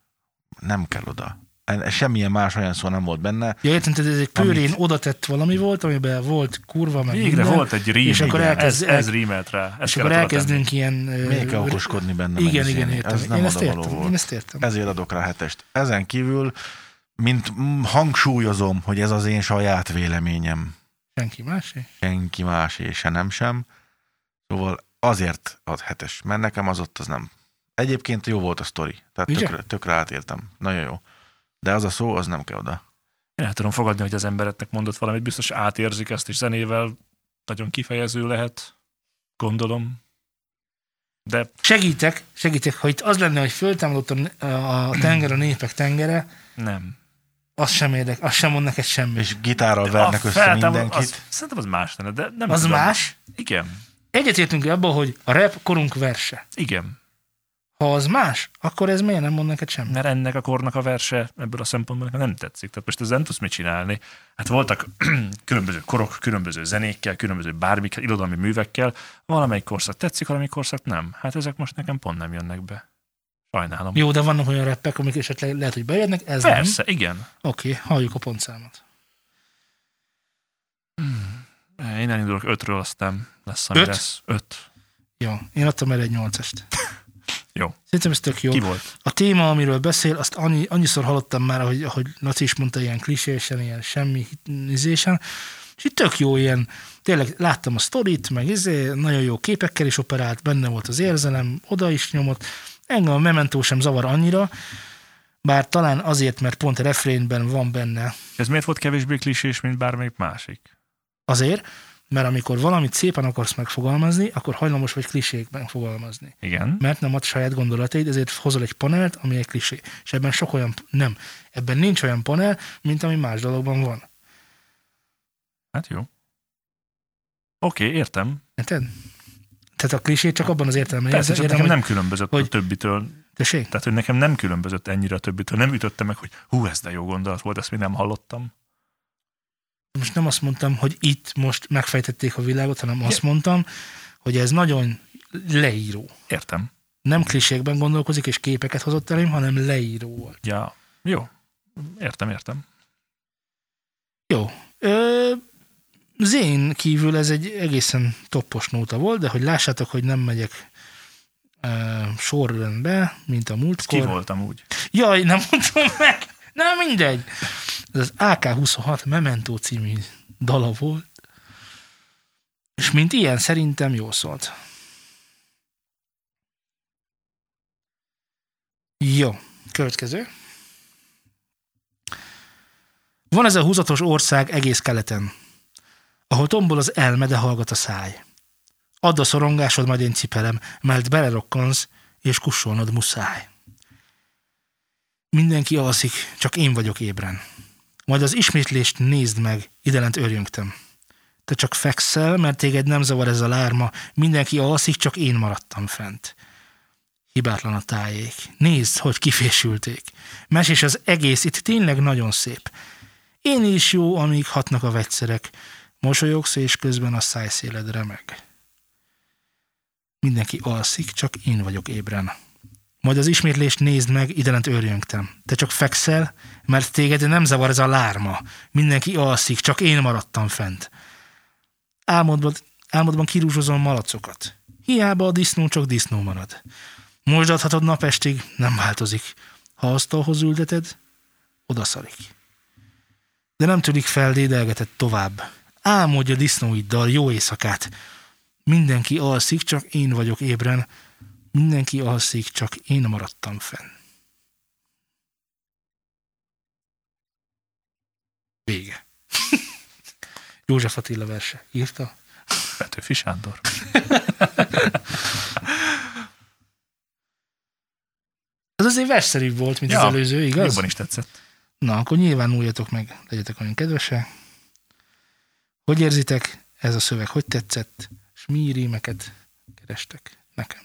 C: Nem kell oda. En- Semmilyen más olyan szó nem volt benne.
B: Ja, értem, tehát ez egy pőrén oda tett valami volt, amiben volt kurva, meg
A: Végre
B: minden,
A: volt egy rím,
B: és akkor
A: ez,
B: elkezd,
A: ez rímelt rá. Ezt
B: és akkor
A: kellett oda tenni.
B: elkezdünk ilyen... ö,
C: Miért kell okoskodni benne?
B: Igen, igen,
C: meg izélni?
B: értem.
C: Ez nem
B: én, ezt
C: odavaló
B: értem.
C: volt.
B: én ezt értem.
C: Ezért adok rá hetest. Ezen kívül, mint mm, hangsúlyozom, hogy ez az én saját véleményem.
B: Senki más?
C: Senki más és se nem sem. Szóval azért ad hetes, mert nekem az ott az nem. Egyébként jó volt a sztori, tehát
B: Ugye?
C: tökre, tökre átértem. Nagyon jó. De az a szó, az nem kell oda.
A: Én el tudom fogadni, hogy az embereknek mondott valamit, biztos átérzik ezt, és zenével nagyon kifejező lehet, gondolom. De
B: Segítek, segítek, ha itt az lenne, hogy föltámadott a, a tenger, a népek tengere,
A: nem.
B: az sem érdek, az sem mond neked semmit.
C: És gitárral
A: De
C: vernek
A: a
C: össze
A: feltámad-
C: mindenkit.
A: Az, szerintem az más lenne, de nem
B: Az
A: tudom.
B: más?
A: Igen,
B: Egyetértünk abban, hogy a rap korunk verse.
A: igen.
B: Ha az más, akkor ez miért nem mond neked semmit?
A: Mert ennek a kornak a verse ebből a szempontból nekem nem tetszik. Tehát most ezzel nem tudsz mit csinálni. Hát voltak különböző korok, különböző zenékkel, különböző bármikkel, irodalmi művekkel. Valamelyik korszak tetszik, valamelyik korszak nem. Hát ezek most nekem pont nem jönnek be. Sajnálom.
B: Jó, de vannak olyan rappek, amik esetleg lehet, hogy bejönnek, ez nem.
A: Persze, igen.
B: Oké, okay, halljuk a pontszámot.
A: Én elindulok ötről, aztán lesz, ami
B: Öt?
A: öt? lesz. Öt.
B: Jó, én adtam el egy nyolcast.
A: Jó.
B: Szerintem ez tök jó.
A: Ki volt?
B: A téma, amiről beszél, azt annyi, annyiszor hallottam már, ahogy, ahogy Laci is mondta, ilyen klisésen, ilyen semmi izésen, és itt tök jó ilyen, tényleg láttam a sztorit, meg izé, nagyon jó képekkel is operált, benne volt az érzelem, oda is nyomott, engem a Memento sem zavar annyira, bár talán azért, mert pont a refrénben van benne
A: Ez miért volt kevésbé klisés, mint bármelyik másik?
B: azért, mert amikor valamit szépen akarsz megfogalmazni, akkor hajlamos vagy klisékben fogalmazni.
A: Igen.
B: mert nem ad saját gondolataid, ezért hozol egy panelt, ami egy klisé. És ebben sok olyan, nem, ebben nincs olyan panel, mint ami más dologban van.
A: Hát jó. Oké, okay, értem.
B: Érted? Tehát a klisé csak abban az értelemben
A: Persze, csak
B: értem,
A: nekem
B: hogy-
A: nem különbözött
B: hogy-
A: a többitől.
B: Tessék?
A: Tehát, hogy nekem nem különbözött ennyire a többitől. Nem ütötte meg, hogy hú, ez de jó gondolat volt, ezt még nem hallottam.
B: most nem azt mondtam, hogy itt most megfejtették a világot, hanem azt mondtam, hogy ez nagyon leíró.
A: Értem.
B: Nem klisékben gondolkozik és képeket hozott elém, hanem leíró volt.
A: Ja, jó. Értem, értem.
B: Jó. Ö, Zén kívül ez egy egészen toppos nóta volt, de hogy lássátok, hogy nem megyek ö, sorrendbe, mint a múltkor.
A: Ki voltam úgy?
B: Jaj, nem mondom meg! Na mindegy! Ez az AK-26 Memento című dala volt, és mint ilyen szerintem jó szólt. Jó, következő. Van ez a húzatos ország egész keleten, ahol tombol az elme, de hallgat a száj. Add a szorongásod, majd én cipelem, mert belerokkansz, és kussolnod muszáj. Mindenki alszik, csak én vagyok ébren. Majd az ismétlést nézd meg, idelent örjöngtem. Te csak fekszel, mert téged nem zavar ez a lárma, mindenki alszik, csak én maradtam fent. Hibátlan a tájék. Nézd, hogy kifésülték. Mesés az egész, itt tényleg nagyon szép. Én is jó, amíg hatnak a vegyszerek. Mosolyogsz, és közben a szájszéled remeg. Mindenki alszik, csak én vagyok ébren. Majd az ismétlést nézd meg, idelent őrjöngtem. Te csak fekszel, mert téged nem zavar ez a lárma. Mindenki alszik, csak én maradtam fent. Álmodban, álmodban kirúzsozom malacokat. Hiába a disznó csak disznó marad. Mosdathatod napestig, nem változik. Ha asztalhoz ülteted, odaszarik. De nem tűnik fel, dédelgeted tovább. Álmodj a disznóiddal, jó éjszakát. Mindenki alszik, csak én vagyok ébren. Mindenki alszik, csak én maradtam fenn. Vége. József Attila verse. Írta?
A: Petőfi Sándor.
B: Ez azért versszerűbb volt, mint
A: Ja,
B: ja, az előző, igaz?
A: Jobban is tetszett.
B: Na, akkor nyilván újjatok meg, legyetek olyan kedvesek. Hogy érzitek, ez a szöveg hogy tetszett, és mi rímeket kerestek nekem.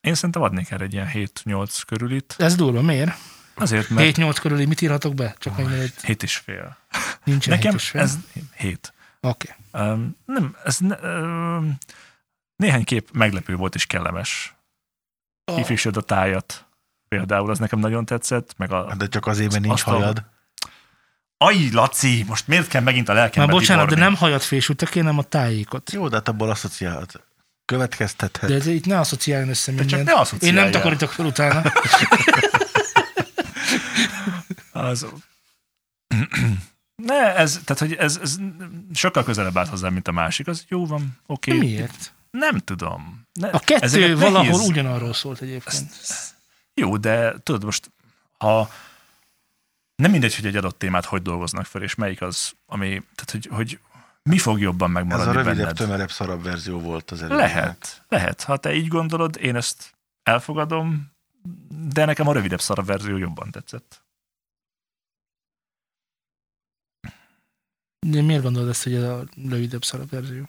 A: Én szerintem adnék erre egy ilyen 7-8 körülit.
B: Ez durva, miért?
A: Azért, mert
B: 7-8 körüli mit írhatok be? Csak annyira, hogy
A: 7 és fél.
B: nincsen
A: Nekem
B: hétes fel.
A: ez 7.
B: Oké. Okay.
A: Um, nem, ez ne, um, néhány kép meglepő volt és kellemes.
B: Ah.
A: Kifésöd a tájat. Például az nekem nagyon tetszett, meg
B: Hát-
A: a...
C: De csak azért, mert
A: Azt
C: nincs
A: hallom.
C: hajad.
A: Aj, Laci, most miért kell megint a
B: Már
A: lelkembe
B: bocsánat, de
A: tiborni?
B: nem hajat fésültek, én nem a tájékot.
C: Jó, de hát abból asszociált. Következtethet.
B: De ez, itt ne asszociáljon össze
A: De
B: mindent.
A: csak ne
B: én
A: asszociálja.
B: nem takarítok fel utána.
A: Az... Ne, ez, tehát, hogy ez, ez sokkal közelebb állt hozzám, mint a másik. Az jó van, oké.
B: Miért?
A: Nem tudom. Ne,
B: A kettő
A: ezeket
B: valahol
A: nehéz-
B: ugyanarról szólt egyébként.
A: Jó, de tudod, most ha nem mindegy, hogy egy adott témát hogy dolgoznak fel, és melyik az, ami, tehát hogy, hogy mi fog jobban
C: Ez a
A: megmaradni
C: rövidebb,
A: benned.
C: tömerebb, szarabb verzió volt az előbb.
A: Lehet, lehet. Ha te így gondolod, én ezt elfogadom, de nekem a rövidebb szarabb verzió jobban tetszett.
B: De miért gondolod ezt, hogy ez a rövidebb szarabb verzió?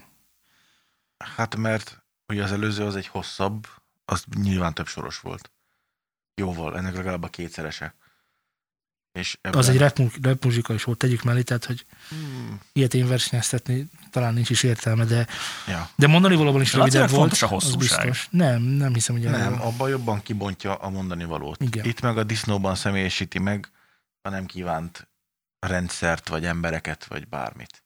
C: Hát mert ugye az előző az egy hosszabb, az nyilván több soros volt. Jóval, ennek legalább a kétszerese. És ebben,
B: Az egy rap, rap muzsika is volt, tegyük mellé, tehát hogy
C: Hmm,
B: ilyet én versenyeztetni talán nincs is értelme, de,
C: ja.
B: de mondani valóban is
A: Lacinak
B: rövidebb volt.
A: fontos a
B: az
A: hosszúság.
B: biztos. Nem, nem hiszem, hogy erről-
C: Nem, abban jobban kibontja a mondani valót.
B: Igen.
C: Itt meg a disznóban személyesíti meg a nem kívánt rendszert, vagy embereket, vagy bármit.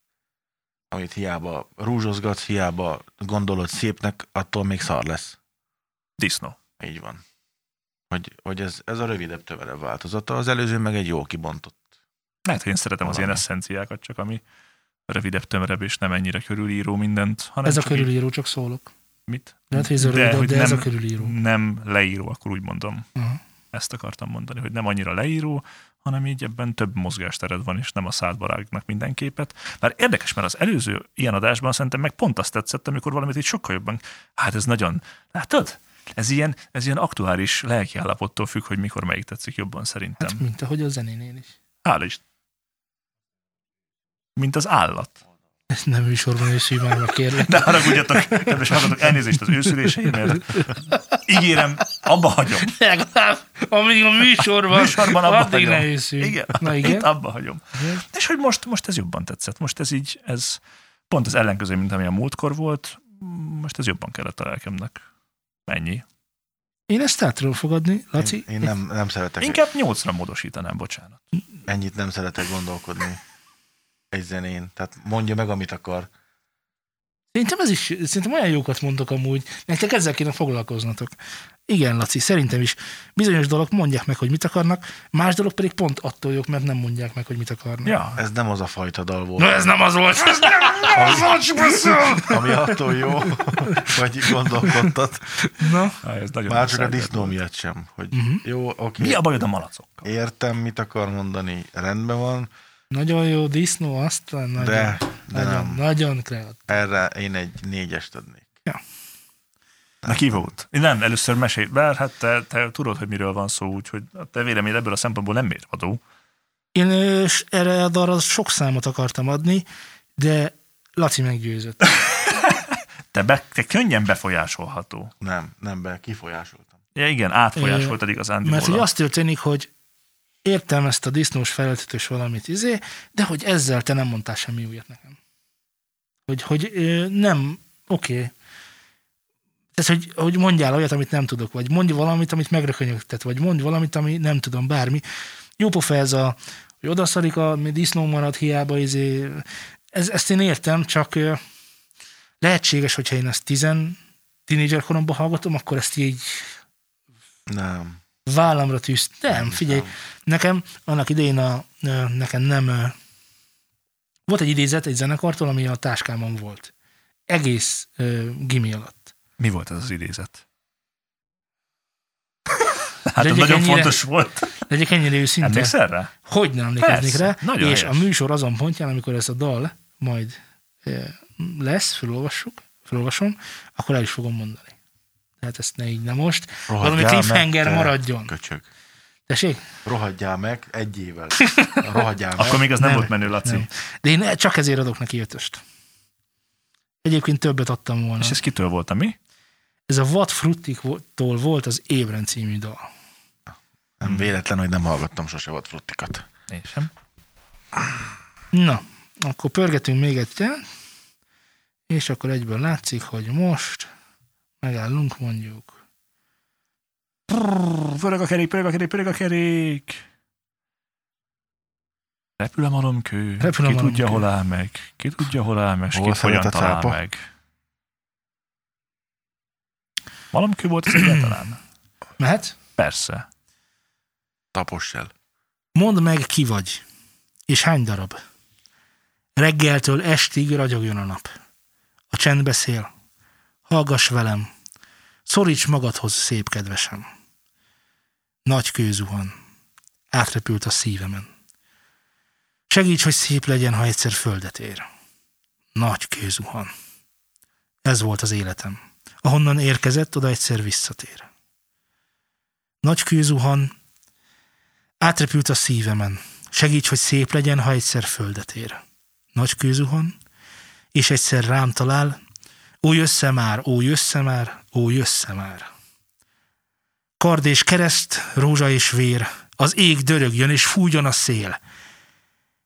C: Amit hiába rúzsozgatsz, hiába gondolod szépnek, attól még szar lesz.
A: Disznó.
C: Így van. Hogy, hogy ez, ez a rövidebb, tövelebb változata, az előző meg egy jó kibontott.
A: Lehet, hogy én szeretem az ilyen
C: Valami.
A: eszenciákat, csak ami rövidebb, tömrebb, és nem ennyire körülíró mindent, hanem
B: Ez a
A: csak így-
B: körülíró, csak szólok.
A: Mit?
B: Lehet, hogy ez a
A: De,
B: rövidebb,
A: hogy
B: de ez a
A: nem- Mm.
B: körülíró.
A: Nem leíró, akkor úgy mondom.
B: Aha.
A: ezt akartam mondani, hogy nem annyira leíró, hanem így ebben több mozgástered van, és nem a szádba rágnak minden képet. Már érdekes, mert az előző ilyen adásban szerintem meg pont azt tetszett, amikor valamit így sokkal jobban, hát ez nagyon, látod? Ez ilyen, ez ilyen aktuális lelkiállapottól függ, hogy mikor melyik tetszik jobban szerintem.
B: Hát, mint ahogy a zenénél is.
A: Hála is. Mint az állat.
B: Ezt nem műsorban őszűmának kérlek.
A: Ne haragudjatok, kedves hallgatók, elnézést az őszüléseimért. Ígérem, abba hagyom.
B: Legalább, amíg a műsorban,
A: Műsorban abba
B: addig
A: hagyom.
B: ne őszünk.
A: Igen,
B: Na igen.
A: Itt abba hagyom. És hogy most, most ez jobban tetszett. Most ez így, ez pont az ellenkező, mint ami a múltkor volt. Most ez jobban kellett a lelkemnek. Ennyi.
B: Én ezt el tudom fogadni, Laci.
C: Én, én nem, nem szeretek,
A: Inkább nyolcra módosítanám, bocsánat.
C: ennyit nem szeretek gondolkodni egy zenén. Tehát mondja meg, amit akar.
B: Szerintem ez is, szerintem olyan jókat mondok amúgy. Nektek ezzel kéne foglalkoznatok. Igen, Laci, szerintem is. Bizonyos dolog mondják meg, hogy mit akarnak, más dolog pedig pont attól jók, mert nem mondják meg, hogy mit akarnak.
A: Ja,
C: Ez nem az a fajta dal
B: Na
C: volt,
B: ez nem az volt! Ez nem, nem az volt, Csupaszom!
C: ami attól jó, vagy gondolkodtat.
B: Na,
A: Á, ez nagyon
C: Már csak a
A: messze
C: disznó
A: eltelt.
C: miatt sem. Hogy
B: Mhm.
C: Jó, oké,
A: Mi a bajod a malacokkal?
C: értem, mit akar mondani, rendben van,
B: nagyon jó disznó, aztán nagyon,
C: de, de
B: nagyon,
C: nem.
B: nagyon kreatív.
C: Erre én egy négyest adnék.
A: Neki volt. Nem, először mesélj, mert hát te, te tudod, hogy miről van szó, úgyhogy a te véleményed ebből a szempontból nem mérvadó.
B: Én ö, s- erre a darra sok számot akartam adni, de Laci meggyőzött.
A: Te, be, te könnyen befolyásolható.
C: Nem, nem be, kifolyásoltam.
A: Ja, igen, átfolyás
B: Ö,
A: volt eddig az Andy
B: Mert hogy az történik, hogy értem ezt a disznós felöltetős valamit izé, de hogy ezzel te nem mondtál semmi újat nekem. Hogy, hogy ö, nem, oké. Okay. Tehát, hogy, hogy mondjál olyat, amit nem tudok, vagy mondj valamit, amit megrökönyögtet, vagy mondj valamit, ami nem tudom, bármi. Jó pofa ez a, hogy odaszarik, a mi disznó marad hiába, izé. Ez, ezt én értem, csak ö, lehetséges, hogyha én ezt tizen tínédzser koromban hallgatom, akkor ezt így
C: Nem.
B: vállamra tűz. Nem, figyelj, nekem annak idején a, ö, nekem nem ö, volt egy idézet egy zenekartól, ami a táskámon volt. Egész ö, gimi alatt.
A: Mi volt ez az idézet? Hát
B: Legyek
A: nagyon
B: ennyire-
A: fontos volt.
B: Legyek ennyire őszinte.
A: Emlékszel rá?
B: Hogy nem emlékeznék
A: Persze,
B: rá?
A: nagyon
B: és
A: helyes.
B: a műsor azon pontján, amikor ez a dal majd ö, lesz, felolvassuk, felolvasom, akkor el is fogom mondani. Tehát ezt ne így, ne most. Valami
C: Rohadjál meg,
B: cliffhanger
C: te
B: maradjon.
C: Köcsög.
B: Tessék?
C: Rohadjál meg egy évvel. Rohadjál meg.
A: Akkor még az nem,
B: Nem,
A: volt menő, Laci.
B: Nem. De én csak ezért adok neki ötöst. Egyébként többet adtam volna.
A: És ez kitől volt, ami?
B: Ez a Vad Fruttiktól volt az Ébren című dal.
C: Nem véletlen, hogy nem hallgattam sose volt fruttikat.
A: Én sem.
B: Na, akkor pörgetünk még egyszer, és akkor egyből látszik, hogy most megállunk mondjuk.
A: Pörög a kerék, pörög a kerék, pörög a kerék. Repül a malomkő.
B: Repül a
A: Ki tudja,
B: malomkő.
A: hol áll meg? Ki tudja, hol áll meg? és
C: Hol
A: Ki hogyan
C: szeret a
A: talál
C: cápa?
A: meg? Malomkő volt ez egyáltalán?
B: Mehet?
A: Persze.
C: Tapos el.
B: Mondd meg, ki vagy, és hány darab. Reggeltől estig ragyogjon a nap. A csend beszél. Hallgass velem. Szoríts magadhoz, szép kedvesem. Nagy kő zuhan. Átrepült a szívemen. Segíts, hogy szép legyen, ha egyszer földet ér. Nagy kő zuhan. Ez volt az életem. Ahonnan érkezett, oda egyszer visszatér. Nagy kő zuhan, Átrepült a szívemen. Segíts, hogy szép legyen, ha egyszer földet ér. Nagy kőzuhan, és egyszer rám talál. Ó, jössze már, ó, jössze már, ó, jössze már. Kard és kereszt, rózsa és vér, az ég dörögjön és fújjon a szél.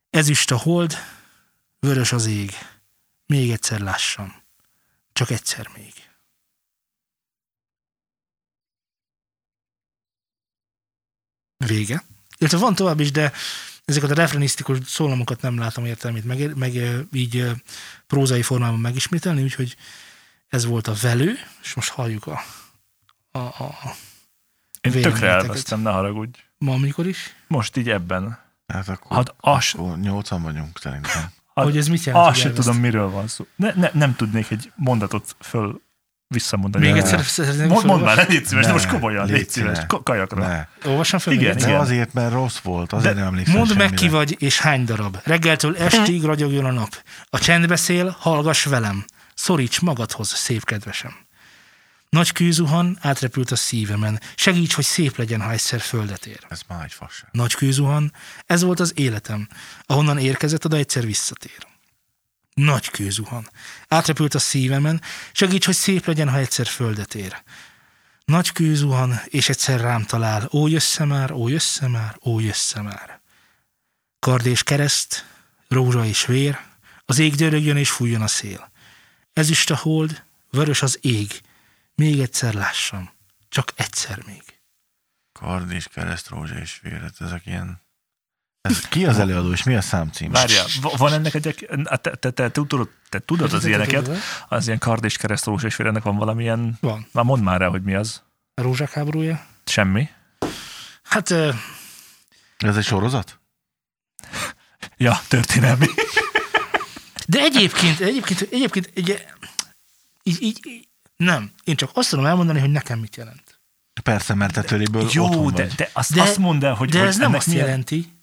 B: Ezüst a hold, vörös az ég. Még egyszer lássam. Csak egyszer még. Vége. Illetve van tovább is, de ezeket a refrenisztikus szólamokat nem látom értelmét meg, meg ö, így ö, prózai formában megismételni, úgyhogy ez volt a velő, és most halljuk a, a, a, a
A: Én tökre
B: Véleményeteket.
A: elvesztem, ne haragudj.
B: ma amikor is,
A: Most így ebben.
C: Hát akkor,
A: Hát as,
C: akkor nyolcan vagyunk szerintem.
A: Hát,
B: hogy ez mit jelent.
A: azt
B: hogy
A: sem
B: elveszt.
A: tudom, miről van szó. Ne, ne, nem tudnék egy mondatot föl visszamondani.
B: Még
A: Ne.
B: egyszer szeretném
A: Mondd, mondd
B: felolvasni.
A: már, légy szíves, de
C: Ne,
A: most komolyan,
C: légy
A: légy szíves,
C: ne.
A: ka- kajakra.
C: Ne.
B: Olvassam fel még
A: Igen,
B: egyszer?
A: igen.
C: De azért, mert rossz volt, azért
A: De
C: nem emlékszem
B: Mondd meg, ki
C: semmire.
B: vagy és hány darab. Reggeltől estig ragyogjon a nap. A csend beszél, hallgass velem. Szoríts magadhoz, szép kedvesem. Nagy kőzuhan átrepült a szívemen. Segíts, hogy szép legyen, ha egyszer földet ér.
C: Ez már egy fasság.
B: Nagy kőzuhan, ez volt az életem. Ahonnan érkezett, oda egyszer visszatér. Nagy kőzuhan. Átrepült a szívemen, segíts, hogy szép legyen, ha egyszer földet ér. Nagy kőzuhan, és egyszer rám talál. Ó, jössze már, ó, jössze már, ó, jössze már. Kard és kereszt, rózsa és vér, az ég dörögjön és fújjon a szél. Ezüst a hold, vörös az ég. Még egyszer lássam. Csak egyszer még.
C: Kard és kereszt, rózsa és véret, ezek ilyen... Ez, ki az előadó, és mi a számcím?
A: Várjál, va- van ennek egy, te, te, te, te, tudod, te tudod az ilyeneket, az ilyen kard és keresztolós, és ennek van valamilyen,
B: Van.
A: már mondd már el, hogy mi az.
B: A rózsák háborúja?
A: Semmi.
B: Hát ö,
C: Ez egy sorozat?
A: Ja, történelmi.
B: De egyébként, egyébként, egyébként, ugye, így, így, így, nem. Én csak azt tudom elmondani, hogy nekem mit jelent.
C: Persze, mert te tőléből otthon
A: Jó,
C: vagy.
A: de, de azt,
B: De-
A: azt mondd el, hogy
B: De
A: hogy
B: ez nem
A: ennek
B: azt
A: milyen-
B: jelenti.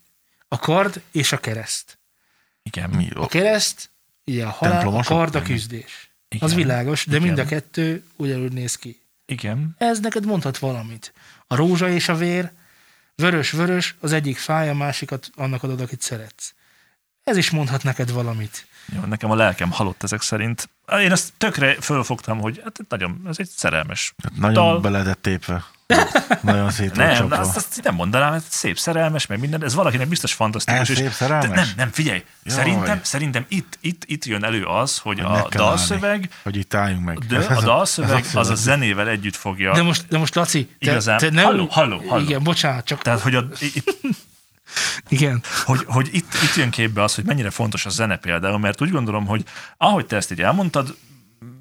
B: A kard és a kereszt.
A: Igen,
C: Mi?
B: A kereszt, ugye a halál, a
C: Templomosok?
B: kard a küzdés.
A: igen,
B: Az világos, de mind a
A: Igen.
B: kettő ugyanúgy néz ki.
A: Igen,
B: Ez neked mondhat valamit. A rózsa és a vér, vörös-vörös, az egyik fáj, a másikat annak adod, akit szeretsz. Ez is mondhat neked valamit.
A: jó, nekem a lelkem halott ezek szerint. Én ezt tökre fölfogtam, hogy hát nagyon, ez egy szerelmes
C: Hát Nagyon
A: dal.
C: be lehetett tépve. Nagyon szét volt
A: Nem, de
C: csapva.
A: azt, azt így nem mondanám, ez szép szerelmes, meg minden, ez valakinek biztos fantasztikus.
C: Ez
A: és-
C: szép szerelmes?
A: De nem, nem, figyelj,
C: Jaj.
A: szerintem, szerintem itt, itt, itt jön elő az, hogy
C: Meg
A: a
C: kell
A: dalszöveg,
C: állni, Hogy itt álljunk meg.
A: de a dalszöveg az a zenével együtt
B: De
A: fogja.
B: most, de most Laci, te,
A: Igazán.
B: te nem...
A: Halló, halló, halló.
B: Igen, bocsánat, csak...
A: Tehát, hogy, a, itt,
B: Igen.
A: hogy, hogy itt, itt jön képbe az, hogy mennyire fontos a zene például, mert úgy gondolom, hogy ahogy te ezt így elmondtad,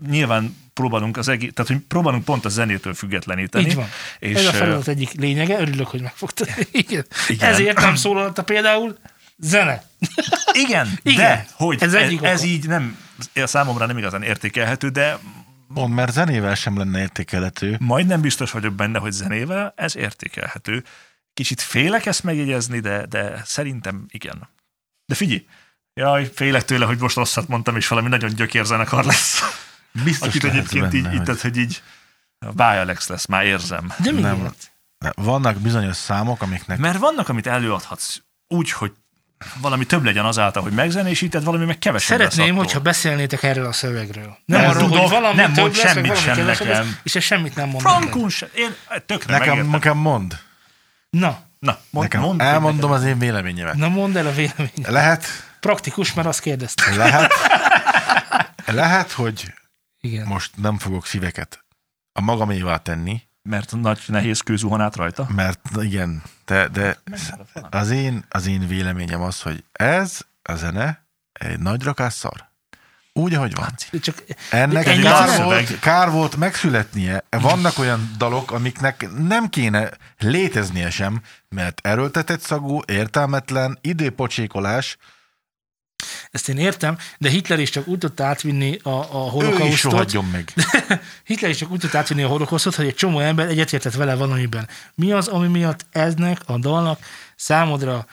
A: nyilván próbálunk az egész, tehát hogy próbálunk pont a zenétől függetleníteni.
B: Így van.
A: És,
B: És Ez a
A: ö,
B: feladat egyik lényege, örülök, hogy megfogtad. Igen.
A: Igen.
B: Igen. Ezért nem szólalt a például zene.
A: Igen, igen, de
B: Igen,
A: hogy ez,
B: ez
A: ez,
B: egyik
A: ez
B: oka.
A: így nem, e- számomra nem igazán értékelhető, de
C: Mond, mert zenével sem lenne értékelhető.
A: majdnem biztos vagyok benne, hogy zenével ez értékelhető. Kicsit félek ezt megjegyezni, de, de szerintem igen. De figyelj, jaj, félek tőle, hogy most rosszat mondtam, és valami nagyon gyökérzenekar lesz.
C: Biztos
A: Akit
C: lehet
A: egyébként így,
C: benne,
A: így,
C: hogy-
A: tehát, hogy így Báj Alex lesz, már érzem.
B: De mi
C: Nem.
B: volt?
C: De Vannak bizonyos számok, amiknek
A: Mert vannak, amit előadhatsz úgy, hogy valami több legyen azáltal, hogy megzenésíted, valami meg kevesebb lesz
B: Szeretném,
A: attól.
B: hogyha beszélnétek erről a szövegről. Nem,
A: Nem
B: arról,
A: tudok,
B: hogy valami
A: nem
B: több
A: mond
B: lesz, meg
A: semmit
B: valami
A: sem
B: kevesebb lesz,
A: nekem.
B: És ez semmit nem mond.
A: Frankun se, én tökre
C: Nekem,
A: megértem.
C: nekem mond.
B: Na,
A: Na, mond,
C: Nekem
A: mond,
C: elmondom az én véleményemet.
B: na mondd el a véleményed.
C: Lehet,
B: Praktikus, mert azt kérdeztem.
C: lehet, lehet, hogy
B: Igen.
C: most nem fogok szíveket a magamévá tenni,
A: mert nagy nehéz kőzuhan át rajta.
C: mert igen, de, de az, én, az én véleményem az, hogy ez a zene egy nagy rakás szar. Úgy, ahogy van.
B: Csak
C: Ennek
B: Ennyi
C: kár
B: az a
C: volt,
A: szöveg.
C: kár volt megszületnie. Vannak olyan dalok, amiknek nem kéne léteznie sem, mert erőltetett szagú, értelmetlen, időpocsékolás.
B: ezt én értem, de Hitler is csak úgy tudta átvinni a, a
C: Ő is
B: holokausztot,
C: rohadjon meg.
B: Hitler is csak úgy tudta átvinni a holokosztot, hogy egy csomó ember egyetértett vele valamiben. Mi az, ami miatt eznek a dalnak számodra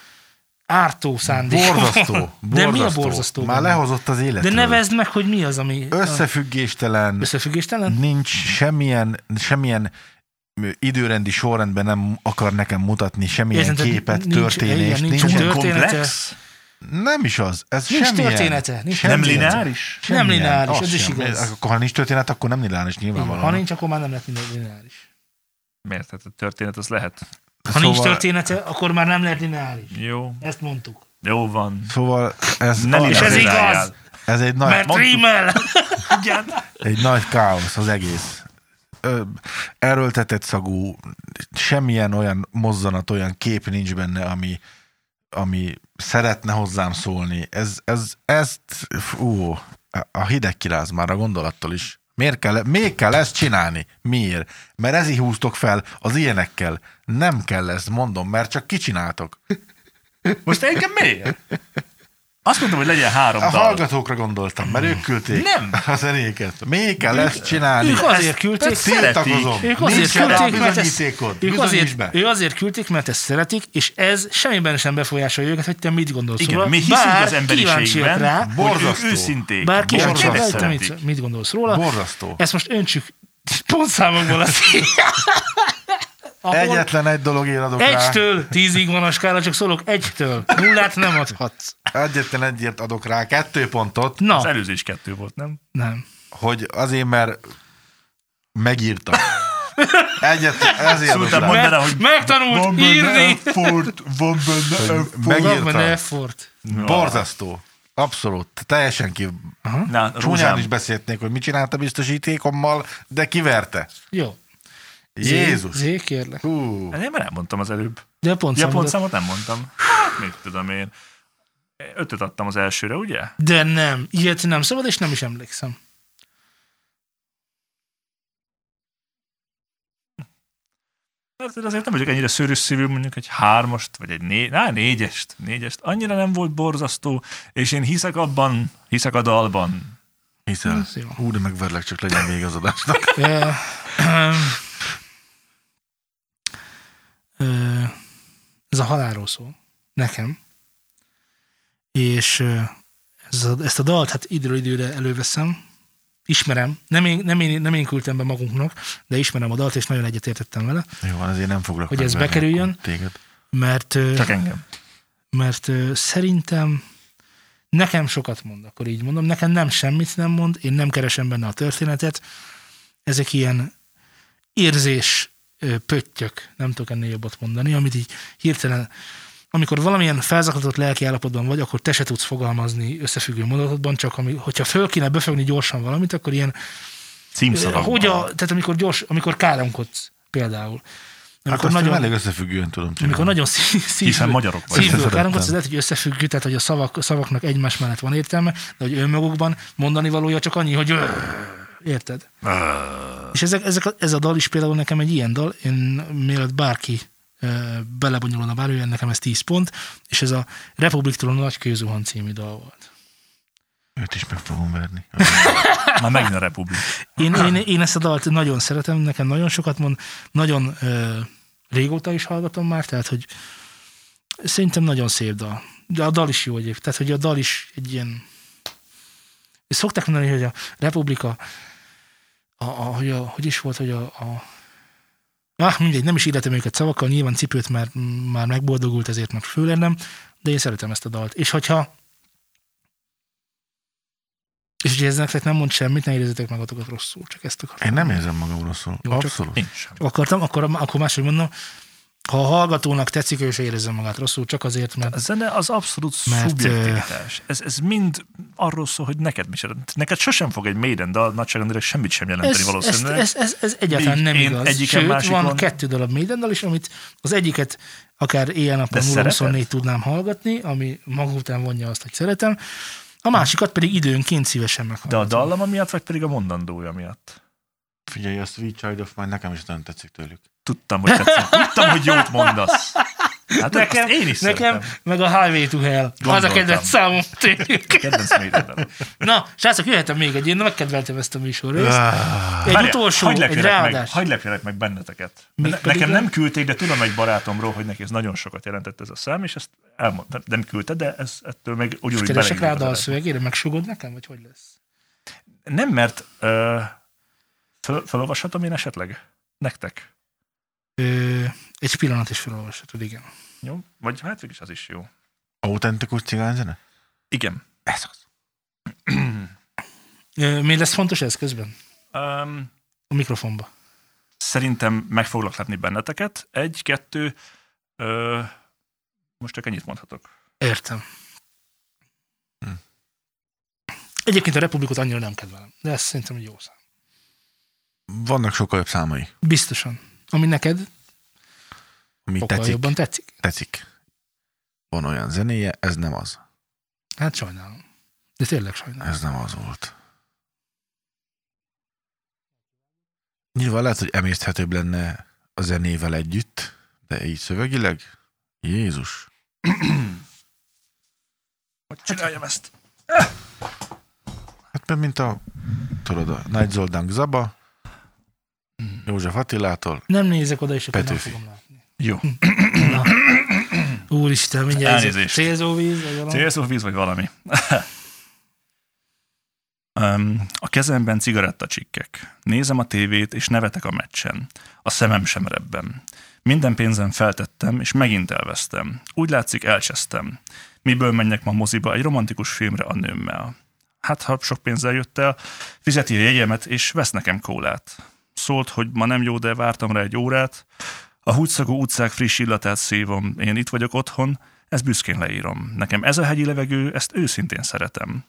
B: ártó szándék?
C: Borzasztó.
B: van?
C: borzasztó.
B: De mi a borzasztó?
C: Már
B: benne?
C: lehozott az
B: De
C: életről.
B: nevezd meg, hogy mi az, ami
C: Összefüggéstelen,
B: összefüggéstelen?
C: nincs semmilyen, semmilyen ö, időrendi sorrendben nem akar nekem mutatni semmilyen
B: Érted, tehát
C: képet,
B: nincs-
C: történést.
B: igen,
C: Nincs,
B: nincs
A: Túl
B: Története.
A: komplex,
C: nem is az. Ez
B: Nincs
C: semmilyen,
B: története, nincs
A: nem
C: semmilyen.
A: lineáris.
B: Nem
C: Semmilyen.
B: lineáris,
C: Az
B: ez is
C: sem.
B: igaz.
C: Akkor, ha nincs történet, akkor nem lineáris
B: Igen,
C: nyilvánvalóan.
B: Ha nincs, akkor már nem lett minden lineáris.
A: Miért? Tehát a történet az lehet.
B: Ha
C: Szóval-
B: nincs története, akkor már nem lehet lineáris.
A: Jó,
B: Ezt mondtuk.
A: jó van.
C: Szóval ez,
A: Ne
C: az-
A: és
B: ez
C: ez, egy,
B: igaz.
C: ez egy, nagy,
B: Mert
A: mondtuk.
B: rímel!
A: Igen.
C: egy nagy káosz az egész. Ö, Erőltetett szagú, semmilyen olyan mozzanat, olyan kép nincs benne, ami, ami szeretne hozzám szólni. Ez, ez, ezt, fú, a hideg kiráz már a gondolattól is. Miért kell, miért kell ezt csinálni? Miért? Mert ezért húztok fel az ilyenekkel. Nem kell ezt, mondom, mert csak kicsináltok.
A: Most engem miért? Azt mondtam, hogy legyen három
C: A
A: dal.
C: hallgatókra gondoltam, mert ők küldték
A: Nem.
C: a zenéket. Miért kell ezt csinálni?
B: Ők azért küldték,
A: persze.
C: Tiltakozom.
A: szeretik.
B: Ők azért
C: Nincs erre
B: küldték, mert ezt,
C: bizonyítékod.
B: ők
C: Bizonyíts
B: azért,
C: be.
B: ő azért küldték, mert ezt szeretik, és ez semmiben sem befolyásolja őket, hogy te mit gondolsz.
A: Igen,
B: róla,
A: mi hiszünk
B: Szóval bár
A: az
B: kíváncsiak
A: emberiségben,
B: Rá,
A: hogy ők
C: Borzasztó.
A: őszinték.
B: bár kíváncsi
A: borzasztó.
B: rá, hogy te
A: szeretik.
B: mit, mit gondolsz róla.
C: Borzasztó.
B: Ezt most öntsük pontszámokból a
C: Egyetlen egy dolog én adok rá.
B: Egytől tízig van a skála, csak szólok egytől. Nullát nem adhatsz.
C: Egyetlen egyért adok rá kettő pontot,
B: Na,
A: Az előző is kettő volt, nem?
B: nem.
C: hogy azért, mert megírta. Egyetlen, ezért adok
A: Szóltál
C: rá.
A: Mondd el,
B: Meg,
A: hogy-
B: megtanult írni!
A: effort, van benne
C: effort.
B: Van benne
C: Megírta.
B: effort.
C: Borzasztó. Abszolút. Teljesen ki...
A: Na,
C: Csúnyán is
A: rózsám,
C: beszéltnék, hogy mit csinálta biztosítékommal, de kiverte.
B: Jó. Zé-
C: Jézus.
B: Zé, kérlek.
C: Hú.
A: Hát én már elmondtam az előbb.
B: De pont
A: Ja,
B: ja,
A: pontszámot nem mondtam. Hát, mit tudom én. Ötöt adtam az elsőre, ugye?
B: De nem. Ilyet nem szabad, és nem is emlékszem.
A: Hát én azért nem vagyok ennyire szőrös szívű, mondjuk egy hármast, vagy egy né- á, négyest, négyest. Annyira nem volt borzasztó, és én hiszek abban, hiszek a dalban.
C: Hiszel.
B: Ez jó.
C: Hú, de megverlek, csak legyen még az adásnak.
B: Ö, ö, ez a halálról szól. Nekem. És ö, ez a, ezt a dalt hát időről időre előveszem. Ismerem. Nem én, nem, én, nem én küldtem be magunknak, de ismerem a dalt, és nagyon egyetértettem vele,
C: Jó, van, azért nem foglak
B: Hogy ez
C: megverni akkor
B: bekerüljön?
C: Téged.
B: mert, ö,
A: Csak engem.
B: mert ö, szerintem nekem sokat mond, akkor így mondom. Nekem nem semmit nem mond, én nem keresem benne a történetet. Ezek ilyen érzés ö, pöttyök, nem tudok ennél jobbat mondani, amit így hirtelen, amikor valamilyen felzaklatott lelki állapotban vagy, akkor te se tudsz fogalmazni összefüggő mondatodban, csak ami, hogyha föl kéne befogni gyorsan valamit, akkor ilyen, ö,
A: Címszavakban.
B: hogy a, tehát amikor gyors, amikor káromkodsz például.
C: Hát
B: Amikor
C: azt nagyon...
B: nagyon,
C: elég összefüggően tudom csinálni.
B: amikor nagyon szí-
A: Hiszen
B: szívből,
A: magyarok vagy.
B: szívből
C: Szerettem.
B: káromkodsz, ez lehet, hogy összefüggő, tehát hogy a szavak, szavaknak egymás mellett van értelme, de hogy önmagukban mondani valója csak annyi, hogy ö, érted? És ezek, ezek, a- ez a dal is például nekem egy ilyen dal, én mielőtt bárki ö, belebonyolulna bármilyen, nekem ez 10 pont, és ez a Republiktól a Nagy Kőzuhan című dal volt.
C: Őt is meg fogom verni.
A: Már megint a republik.
B: Én, én, én ezt a dalt nagyon szeretem, nekem nagyon sokat mond, nagyon ö, régóta is hallgatom már, tehát hogy szerintem nagyon szép dal. De a dal is jó egyébként, tehát hogy a dal is egy ilyen... Szokták mondani, hogy a Republika, a, a, hogy, a, hogy is volt, hogy a, a Ah, mindegy, nem is illetem őket szavakkal, nyilván cipőt már, már megboldogult, ezért meg főleg nem, de én szeretem ezt a dalt. És hogyha és ugye ez nektek nem mond semmit, ne érezzétek magatokat rosszul, csak ezt akartam.
C: Én nem érzem magam rosszul.
B: Jó, csak-
C: Abszolút.
A: Én sem.
B: Akartam, akkor, akkor máshogy mondom, ha a hallgatónak tetszik, ő se érezze magát rosszul, csak azért, mert
A: A zene az abszolút
B: Mert,
A: Mert, szubjektivitás. Ez, ez mind arról szól, hogy neked mi sem. Neked sosem fog egy Maiden dal nagyságrendileg semmit sem jelenteni
B: ez, ez,
A: valószínűleg.
B: ez, ez, ez egyáltalán
A: Így
B: nem
A: én
B: igaz.
A: egyiken,
B: Sőt,
A: másikon-
B: van kettő darab Maidennal is, amit az egyiket akár éjjel-nappal
A: De
B: 024
A: szereted?
B: tudnám hallgatni, ami maga után vonja azt, hogy szeretem. A másikat pedig időnként szívesen
A: De a
B: meghallgatom.
A: dallama miatt, vagy pedig a mondandója miatt?
C: Figyelj, a Sweet Child of Mine nekem is nagyon tetszik tőlük.
A: Tudtam, hogy tetszett. Tudtam, hogy jót mondasz. Hát nekem, én is
B: nekem
A: szeretem.
B: meg a Highway to Hell. Az a
A: Gondoltam.
B: kedvenc számom tényleg.
A: Kedvenc Maiden dal.
B: Na, srácok, jöhetem még egy, én megkedveltem ezt a műsorrészt.
C: Ah,
B: Egy
A: Várjál,
B: utolsó,
A: hagy
B: egy
A: lepjelek
B: ráadás.
A: Meg, hagy lepjelek meg benneteket.
B: Még
A: Ne,
B: pedig
A: nekem
B: le-
A: nem küldték, de tudom egy barátomról, hogy neki ez nagyon sokat jelentett ez a szám, és ezt elmondta, nem küldte, de ez, ettől meg
B: Most
A: ugyanúgy
B: keresek
A: beleillik
B: rá a
A: az
B: dal
A: adásba.
B: szövegére, megsugod nekem, vagy hogy lesz?
A: Nem, mert ö, fel, felolvashatom én esetleg? Nektek?
B: Ö, egy pillanat is felolvashatod, igen.
A: Jó? Vagy hát végig is az is jó.
C: autentikus cigányzene?
A: Igen.
C: Ez az.
B: Ö, miért lesz fontos ez közben?
A: Um,
B: A mikrofonba.
A: szerintem meg foglak látni benneteket. Egy, kettő, ö, most csak ennyit mondhatok.
B: Értem.
C: Hm.
B: Egyébként a Republikot annyira nem kedvelem, de ez szerintem egy jó szám.
C: Vannak sokkal jobb számai,
B: Biztosan. Ami neked
C: ami
B: sokkal
C: tetszik.
B: jobban tetszik.
C: Tetszik. Van olyan zenéje, ez nem az.
B: Hát sajnálom. De tényleg sajnálom.
C: Ez nem az volt. Nyilván lehet, hogy emészthetőbb lenne a zenével együtt, de így szövegileg? Jézus.
A: Hogy csináljam ezt?
C: Hát mert mint a, tudod, a Nagy Zoldánk Zaba, József Attilától,
B: Nem nézek oda, és akkor nem
C: Petőfi.
B: fogom látni.
A: Jó.
B: Na. Úristen, mindjárt
A: Elnézést.
B: Célzóvíz, vagy valami.
A: Célszó víz vagy valami. Öm, a kezemben cigarettacsikkek. Nézem a tévét, és nevetek a meccsen. A szemem sem rebben. Minden pénzem feltettem, és megint elvesztem. Úgy látszik, elcsesztem. Miből menjek ma moziba egy romantikus filmre a nőmmel? Hát, ha sok pénzzel jött el, fizeti a jegyemet, és vesz nekem kólát. Szólt, hogy ma nem jó, de vártam rá egy órát. A húgyszagú utcák friss illatát szívom, én itt vagyok otthon, ezt büszkén leírom. Nekem ez a hegyi levegő, ezt őszintén szeretem.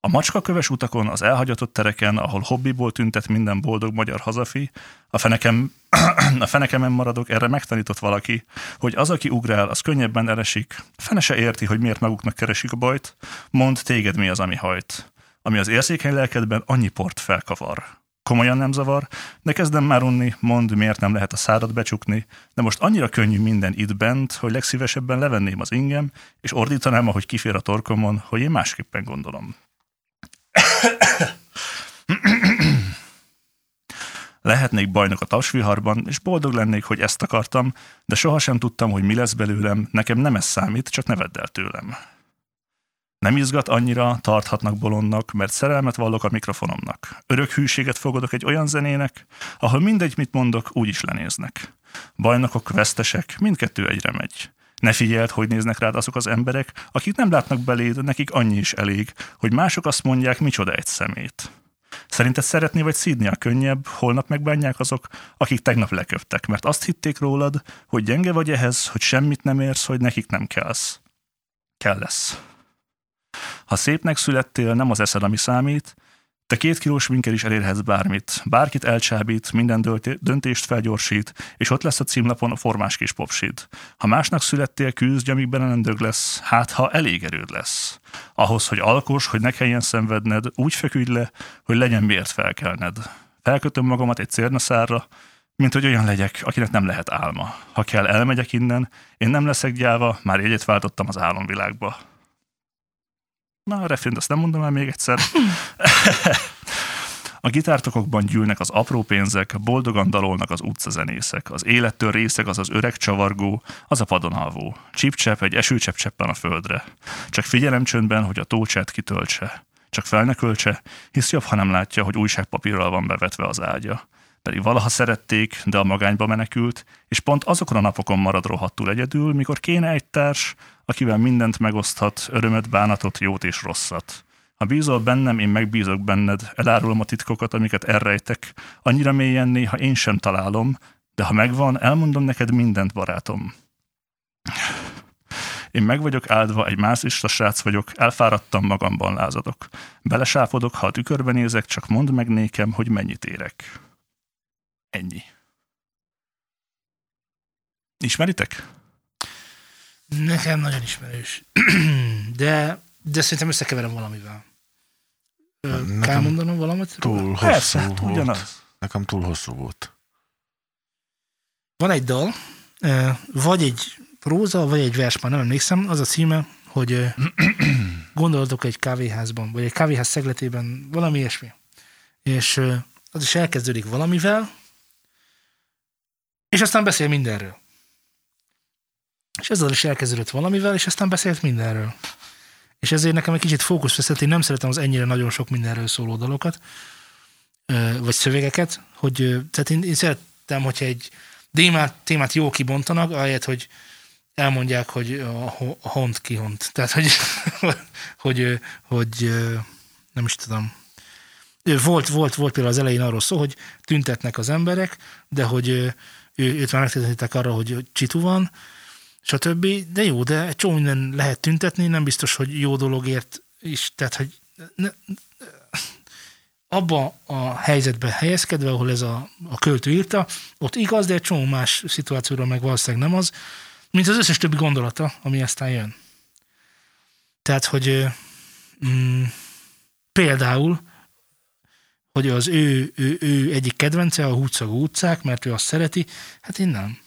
A: A macskaköves utakon, az elhagyatott tereken, ahol hobbiból tüntet minden boldog magyar hazafi, a, fenekem, a fenekemen maradok, erre megtanított valaki, hogy az, aki ugrál, az könnyebben elesik, fene se érti, hogy miért maguknak keresik a bajt, mond téged mi az, ami hajt, ami az érzékeny lelkedben annyi port felkavar. Komolyan nem zavar, de kezdem már unni, mond, miért nem lehet a szárat becsukni, de most annyira könnyű minden itt bent, hogy legszívesebben levenném az ingem, és ordítanám, ahogy kifér a torkomon, hogy én másképpen gondolom. Lehetnék bajnok a tapsviharban, és boldog lennék, hogy ezt akartam, de sohasem tudtam, hogy mi lesz belőlem, nekem nem ez számít, csak ne vedd el tőlem. Nem izgat annyira, tarthatnak bolondnak, mert szerelmet vallok a mikrofonomnak. Örök hűséget fogadok egy olyan zenének, ahol mindegy, mit mondok, úgy is lenéznek. Bajnokok, vesztesek, mindkettő egyre megy. Ne figyeld, hogy néznek rád azok az emberek, akik nem látnak beléd, nekik annyi is elég, hogy mások azt mondják, micsoda egy szemét. Szerinted szeretni vagy szídni a könnyebb, holnap megbánják azok, akik tegnap leköptek, mert azt hitték rólad, hogy gyenge vagy ehhez, hogy semmit nem érsz, hogy nekik nem kellsz. Kell lesz. Ha szépnek születtél, nem az eszed, ami számít, te két kilós minker is elérhetsz bármit. Bárkit elcsábít, minden dölt- döntést felgyorsít, és ott lesz a címlapon a formás kis popsid. Ha másnak születtél, küzdj, amíg bele nem dög lesz, hát ha elég erőd lesz. Ahhoz, hogy alkos, hogy ne kelljen szenvedned, úgy feküdj le, hogy legyen miért felkelned. Felkötöm magamat egy cérnaszárra, mint hogy olyan legyek, akinek nem lehet álma. Ha kell, elmegyek innen, én nem leszek gyáva, már jegyet váltottam az álomvilágba. Na, a refrént azt nem mondom el még egyszer. A gitártokokban gyűlnek az apró pénzek, boldogan dalolnak az utcazenészek, az élettől részeg az az öreg csavargó, az a padon alvó. Csipcsepp egy esőcsepp cseppen a földre. Csak figyelem csöndben, hogy a tócsát kitöltse. Csak fel ne költse, hisz jobb, ha nem látja, hogy újságpapírral van bevetve az ágya. Pedig valaha szerették, de a magányba menekült, és pont azokon a napokon marad rohadtul egyedül, mikor kéne egy társ, akivel mindent megoszthat, örömet, bánatot, jót és rosszat. Ha bízol bennem, én megbízok benned, elárulom a titkokat, amiket elrejtek, annyira mélyen néha én sem találom, de ha megvan, elmondom neked mindent, barátom. Én meg vagyok áldva, egy mászista srác vagyok, elfáradtam, magamban lázadok. Belesápodok, ha a tükörbe nézek, csak mondd meg nékem, hogy mennyit érek. Ennyi. Ismeritek?
B: Nekem nagyon ismerős. de, de szerintem összekeverem valamivel. Ö,
C: Nekem
B: Kell mondanom valamit?
C: Túl hosszú
A: Persze,
C: volt.
A: hát ugyanaz.
C: Nekem túl hosszú volt.
B: Van egy dal, ö, vagy egy próza, vagy egy vers, már nem emlékszem, az a címe, hogy ö, gondolatok egy kávéházban, vagy egy kávéház szegletében, valami ilyesmi. És ö, az is elkezdődik valamivel, és aztán beszél mindenről. És ezzel is elkezdődött valamivel, és aztán beszélt mindenről. És ezért nekem egy kicsit fókuszveszett, én nem szeretem az ennyire nagyon sok mindenről szóló dalokat, ö, vagy szövegeket, hogy ö, tehát én, én szerettem, hogyha egy témát, témát jó kibontanak, ahelyett, hogy elmondják, hogy a ho- a hont ki hont. Tehát, hogy, hogy, ö, hogy ö, nem is tudom. Ö, Volt, volt, volt például az elején arról szó, hogy tüntetnek az emberek, de hogy ö, ő, őt már megtüntették arra, hogy hogy csitu van, stb. De jó, de egy csomó minden lehet tüntetni, nem biztos, hogy jó dologért is, tehát, hogy ne, abba a helyzetbe helyezkedve, ahol ez a, a költő írta, ott igaz, de egy csomó más szituációra meg valószínűleg nem az, mint az összes többi gondolata, ami aztán jön. Tehát, hogy ö, mm, például, hogy az ő, ő, ő egyik kedvence a húcagú utcák, mert ő azt szereti, hát én nem.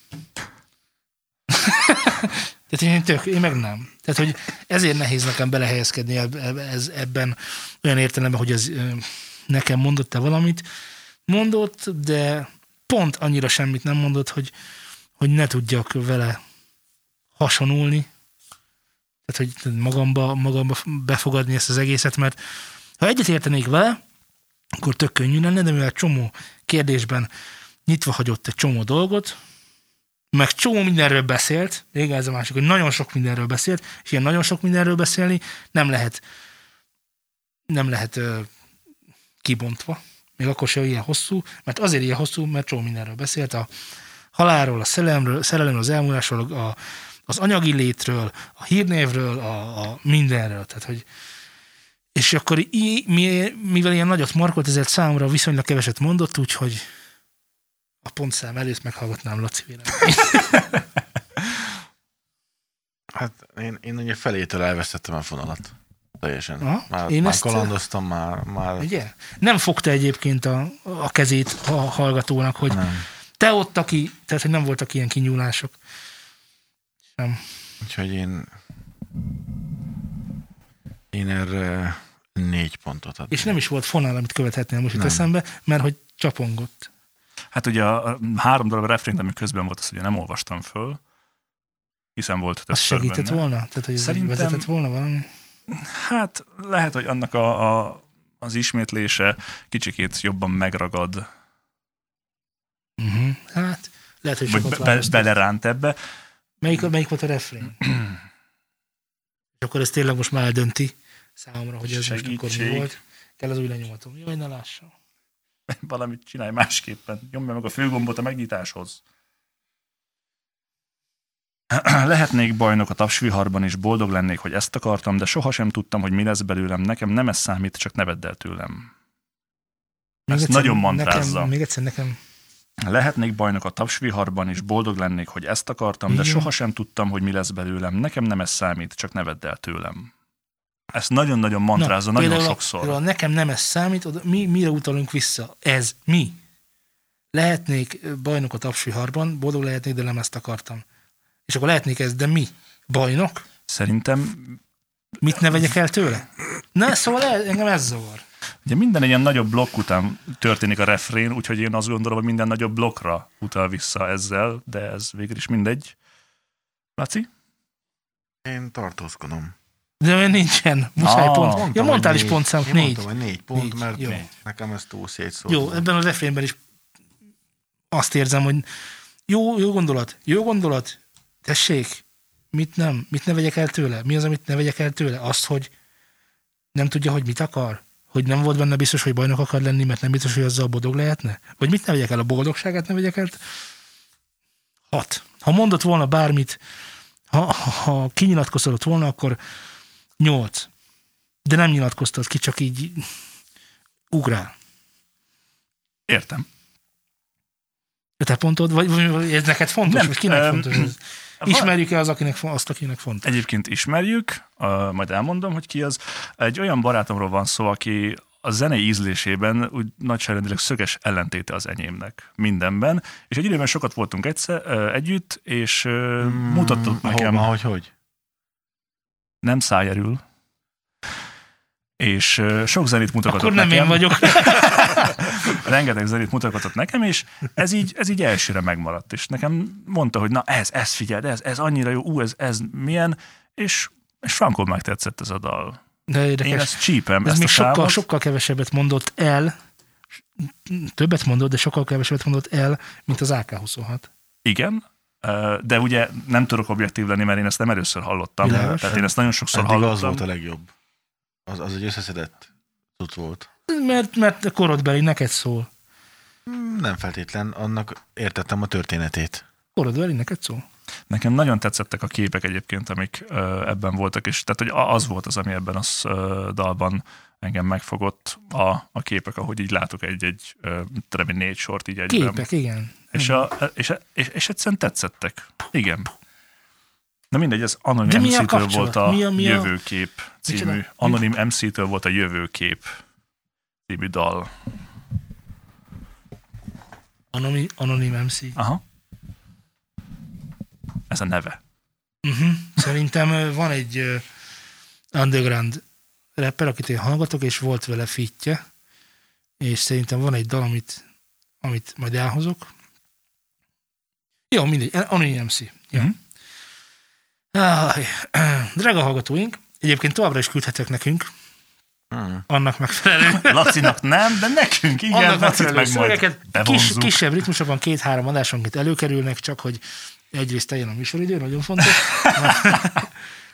B: Tehát én, tök, én meg nem. Tehát, hogy ezért nehéz nekem belehelyezkedni eb- eb- ez, ebben olyan értelemben, hogy ez ö, nekem mondott-e valamit. Mondott, de pont annyira semmit nem mondott, hogy, hogy ne tudjak vele hasonulni. Tehát, hogy magamba, magamba befogadni ezt az egészet, mert ha egyet értenék vele, akkor tök könnyű lenne, de mivel csomó kérdésben nyitva hagyott egy csomó dolgot, meg csomó mindenről beszélt, igen, ez a másik, hogy nagyon sok mindenről beszélt, és ilyen nagyon sok mindenről beszélni nem lehet nem lehet ö, kibontva, még akkor sem ilyen hosszú, mert azért ilyen hosszú, mert csomó mindenről beszélt, a halálról, a szerelemről, szerelemről az elmúlásról, a, az anyagi létről, a hírnévről, a, a mindenről, tehát hogy és akkor í, mi, mivel ilyen nagyot markolt, ezért számomra viszonylag keveset mondott, úgyhogy a pontszám előtt meghallgatnám Laci véleményét.
C: Hát én, én ugye felétől elvesztettem a fonalat. Teljesen.
B: Aha,
C: Már,
B: én
C: már
B: ezt-
C: kalandoztam, már, már
B: Ugye? Nem fogta egyébként a, a kezét a hallgatónak, hogy
C: nem.
B: te ott, aki, tehát hogy nem voltak ilyen kinyúlások. Sem.
C: Úgyhogy én én erre négy pontot adom.
B: És nem is volt fonál, amit követhetnél most itt
C: Nem.
B: eszembe, mert hogy csapongott.
A: Hát ugye a a három darab refrént, ami közben volt, azt ugye nem olvastam föl, hiszen volt többször
B: Az segített
A: benne.
B: volna? Tehát, hogy ez
A: Szerintem-
B: vezetett volna valami?
A: Hát lehet, hogy annak a, a, az ismétlése kicsikét jobban megragad,
B: Uh-huh. Hát, lehet, hogy
A: vagy
B: sokat
A: be, be,
B: változtat.
A: beleránt ebbe.
B: Melyik, melyik volt a refrén? És akkor ez tényleg most már eldönti számomra, hogy ez most akkor mi
A: Segítség.
B: volt. Kell az új lenyomatom. Jaj, ne lássam.
A: Valamit csinálj másképpen. Nyomja meg a főgombot a megnyitáshoz. Lehetnék bajnok a tapsviharban, és boldog lennék, hogy ezt akartam, de sohasem tudtam, hogy mi lesz belőlem. Nekem nem ez számít, csak nevedd el tőlem.
B: Még
A: Ezt nagyon mantrázza.
B: Nekem, még egyszer nekem
A: Lehetnék bajnok a tapsviharban, és boldog lennék, hogy ezt akartam, de
B: Igen.
A: sohasem tudtam, hogy mi lesz belőlem. Nekem nem ez számít, csak nevedd el tőlem. Ezt nagyon-nagyon mantrázza, nagyon
B: például a-
A: sokszor.
B: például A, nekem nem ez számít, oda, mi, mire utalunk vissza? Ez mi? Lehetnék ö, bajnok a tapsiharban, boldog lehetnék, de nem ezt akartam. És akkor lehetnék ez, de mi? Bajnok?
A: Szerintem
B: Mit ne vegyek el tőle? Na, szóval el, engem ez zavar.
A: Ugye minden ilyen nagyobb blokk után történik a refrén, úgyhogy én azt gondolom, hogy minden nagyobb blokkra utal vissza ezzel, de ez végül is mindegy. Laci?
C: Én tartózkodom.
B: De olyan nincsen. Muszáj
A: Ah,
B: pont.
A: mondtam,
B: ja,
C: hogy
B: mondtál is
C: négy.
B: pontszám,
C: Én
B: négy.
C: mondtam, hogy négy pont,
B: Négy,
C: mert
B: jó.
C: négy. nekem ez túl szétszólt.
B: Jó, ebben a refrénben is azt érzem, hogy jó, jó gondolat, jó gondolat, tessék, mit nem, mit ne vegyek el tőle? Mi az, amit ne vegyek el tőle? Azt, hogy nem tudja, hogy mit akar? Hogy nem volt benne biztos, hogy bajnok akar lenni, mert nem biztos, hogy azzal boldog lehetne? Vagy mit ne vegyek el? A boldogságát ne vegyek el? Hat. Ha mondott volna bármit, ha, ha kinyilatkoztatott volna, akkor nyolc. De nem nyilatkoztat ki, csak így ugrál.
A: Értem.
B: Te pontod, vagy, vagy- vagy ez neked fontos?
A: Nem,
B: Nem, vagy kinek
A: öm,
B: fontos ez? Ismerjük-e az, akinek, fo- azt, akinek fontos?
A: Egyébként ismerjük, uh, majd elmondom, hogy ki az. Egy olyan barátomról van szó, aki a zenei ízlésében úgy nagyságrendileg szöges ellentéte az enyémnek mindenben, és egy időben sokat voltunk egyszer, ö, együtt, és ö, mutatott nekem...
C: Hova, hogy, hogy?
A: nem szájerül, és ö, sok zenét mutogatott
B: Akkor nem
A: nekem.
B: én vagyok.
A: rengeteg zenét mutogatott nekem, és ez így, ez így elsőre megmaradt, és nekem mondta, hogy na ez, ez figyeld, ez, ez annyira jó, ú, ez, ez milyen, és, és Frankon meg tetszett ez a dal.
B: De
A: Én
B: érdekes.
A: ezt csípem,
B: Ez
A: ezt
B: még
A: a
B: sokkal,
A: sávot.
B: sokkal kevesebbet mondott el, többet mondott, de sokkal kevesebbet mondott el, mint az AK-26.
A: Igen, ö, de ugye nem tudok objektív lenni, mert én ezt nem először hallottam.
B: Világos.
A: Tehát én ezt nagyon sokszor
C: Eddig Szóval az
A: hallottam.
C: volt a legjobb. Az, az egy összeszedett tud volt.
B: Mert, mert a korodbeli neked szól.
C: Mm, Nem feltétlen, annak értettem a történetét.
B: Korodbeli neked szól.
A: Nekem nagyon tetszettek a képek egyébként, amik ö, ebben voltak, és tehát hogy a- az volt az, ami ebben a dalban engem megfogott, a, a képek, ahogy így látok egy-egy, ö, mit tudom én, négy sort így egyben.
B: Képek, igen.
A: És, a, és, és, és egyszerűen tetszettek. Igen. Na mindegy, ez
B: De
A: Anonim
B: mi a
A: MC-től volt a,
B: kapcsolat? Mi a- mi a-
A: Jövőkép című.
B: Micsoda?
A: Anonim MC-től volt a Jövőkép című dal.
B: Anonim, anonim MC.
A: Aha. Ez a neve.
B: Uh-huh. Szerintem ö, van egy ö, underground rapper, akit én hallgatok, és volt vele fitje, és szerintem van egy dal, amit, amit majd elhozok. Jó, mindegy, el- Anonym MC. Jó.
A: Mhm.
B: Áj, drága hallgatóink, egyébként továbbra is küldhetek nekünk,
C: Mm.
B: annak megfelelő,
A: Lacinak nem, de nekünk igen,
B: annak
A: Lacit
B: megfelelő
A: meg majd
B: szövegeket. Kis,
A: bevonzunk.
B: kisebb ritmusokban két-három adásonként előkerülnek, csak hogy Egyrészt teljesen a műsoridő, nagyon fontos.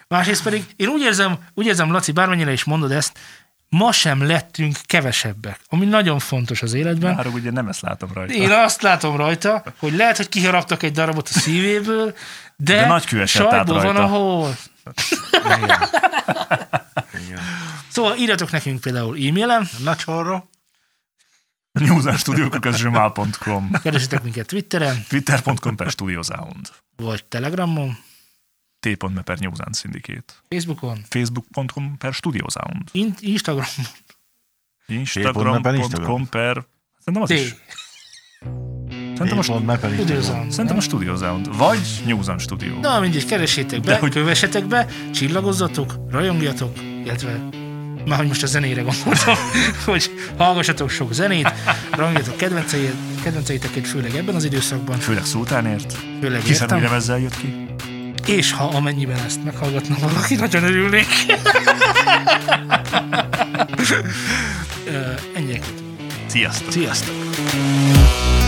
B: Másrészt pedig én úgy érzem, úgy érzem, Laci, bármennyire is mondod ezt, ma sem lettünk kevesebbek, ami nagyon fontos az életben.
A: Már ugye nem ezt látom rajta.
B: Én azt látom rajta, hogy lehet, hogy kiharaptak egy darabot a szívéből, de,
A: De nagy kő esett át
B: sarkból van
A: rajta.
B: ahol.
C: Igen. Igen.
B: Szóval írjatok nekünk például e-mailen,
C: Na
B: Hát
C: csorra.
A: Newsandstudio.com
B: keresetek minket Twitteren,
A: Twitter.com per studiosound
B: vagy Telegramon,
A: t.me per Newsand Syndicate
B: Facebookon,
A: Facebook.com per studiosound
B: In- Instagramon,
C: T.me per
A: Instagram.com
C: Instagram.
A: per Szerintem az
B: D.
A: is. Szerintem a,
C: Én mondd
A: stú-
C: meg pedig.
B: Tudőzom.
A: szerintem a Studio Sound. Vagy Newsand Studio.
B: Na, mindegy, keresétek be,
A: De hogy-
B: hogy... kövessetek be, csillagozzatok, rajongjatok, illetve már hogy most a zenére gondoltam, hogy hallgassatok sok zenét, rajongjatok kedvenceit, kedvenceiteket, főleg ebben az időszakban,
A: Főleg Szultánért.
B: főleg
A: Hiszen ugye
B: értem,
A: ezzel jött ki.
B: és ha amennyiben ezt meghallgatna valaki, nagyon örülnék. Ö, Ennyiek.
A: Sziasztok!
B: Sziasztok!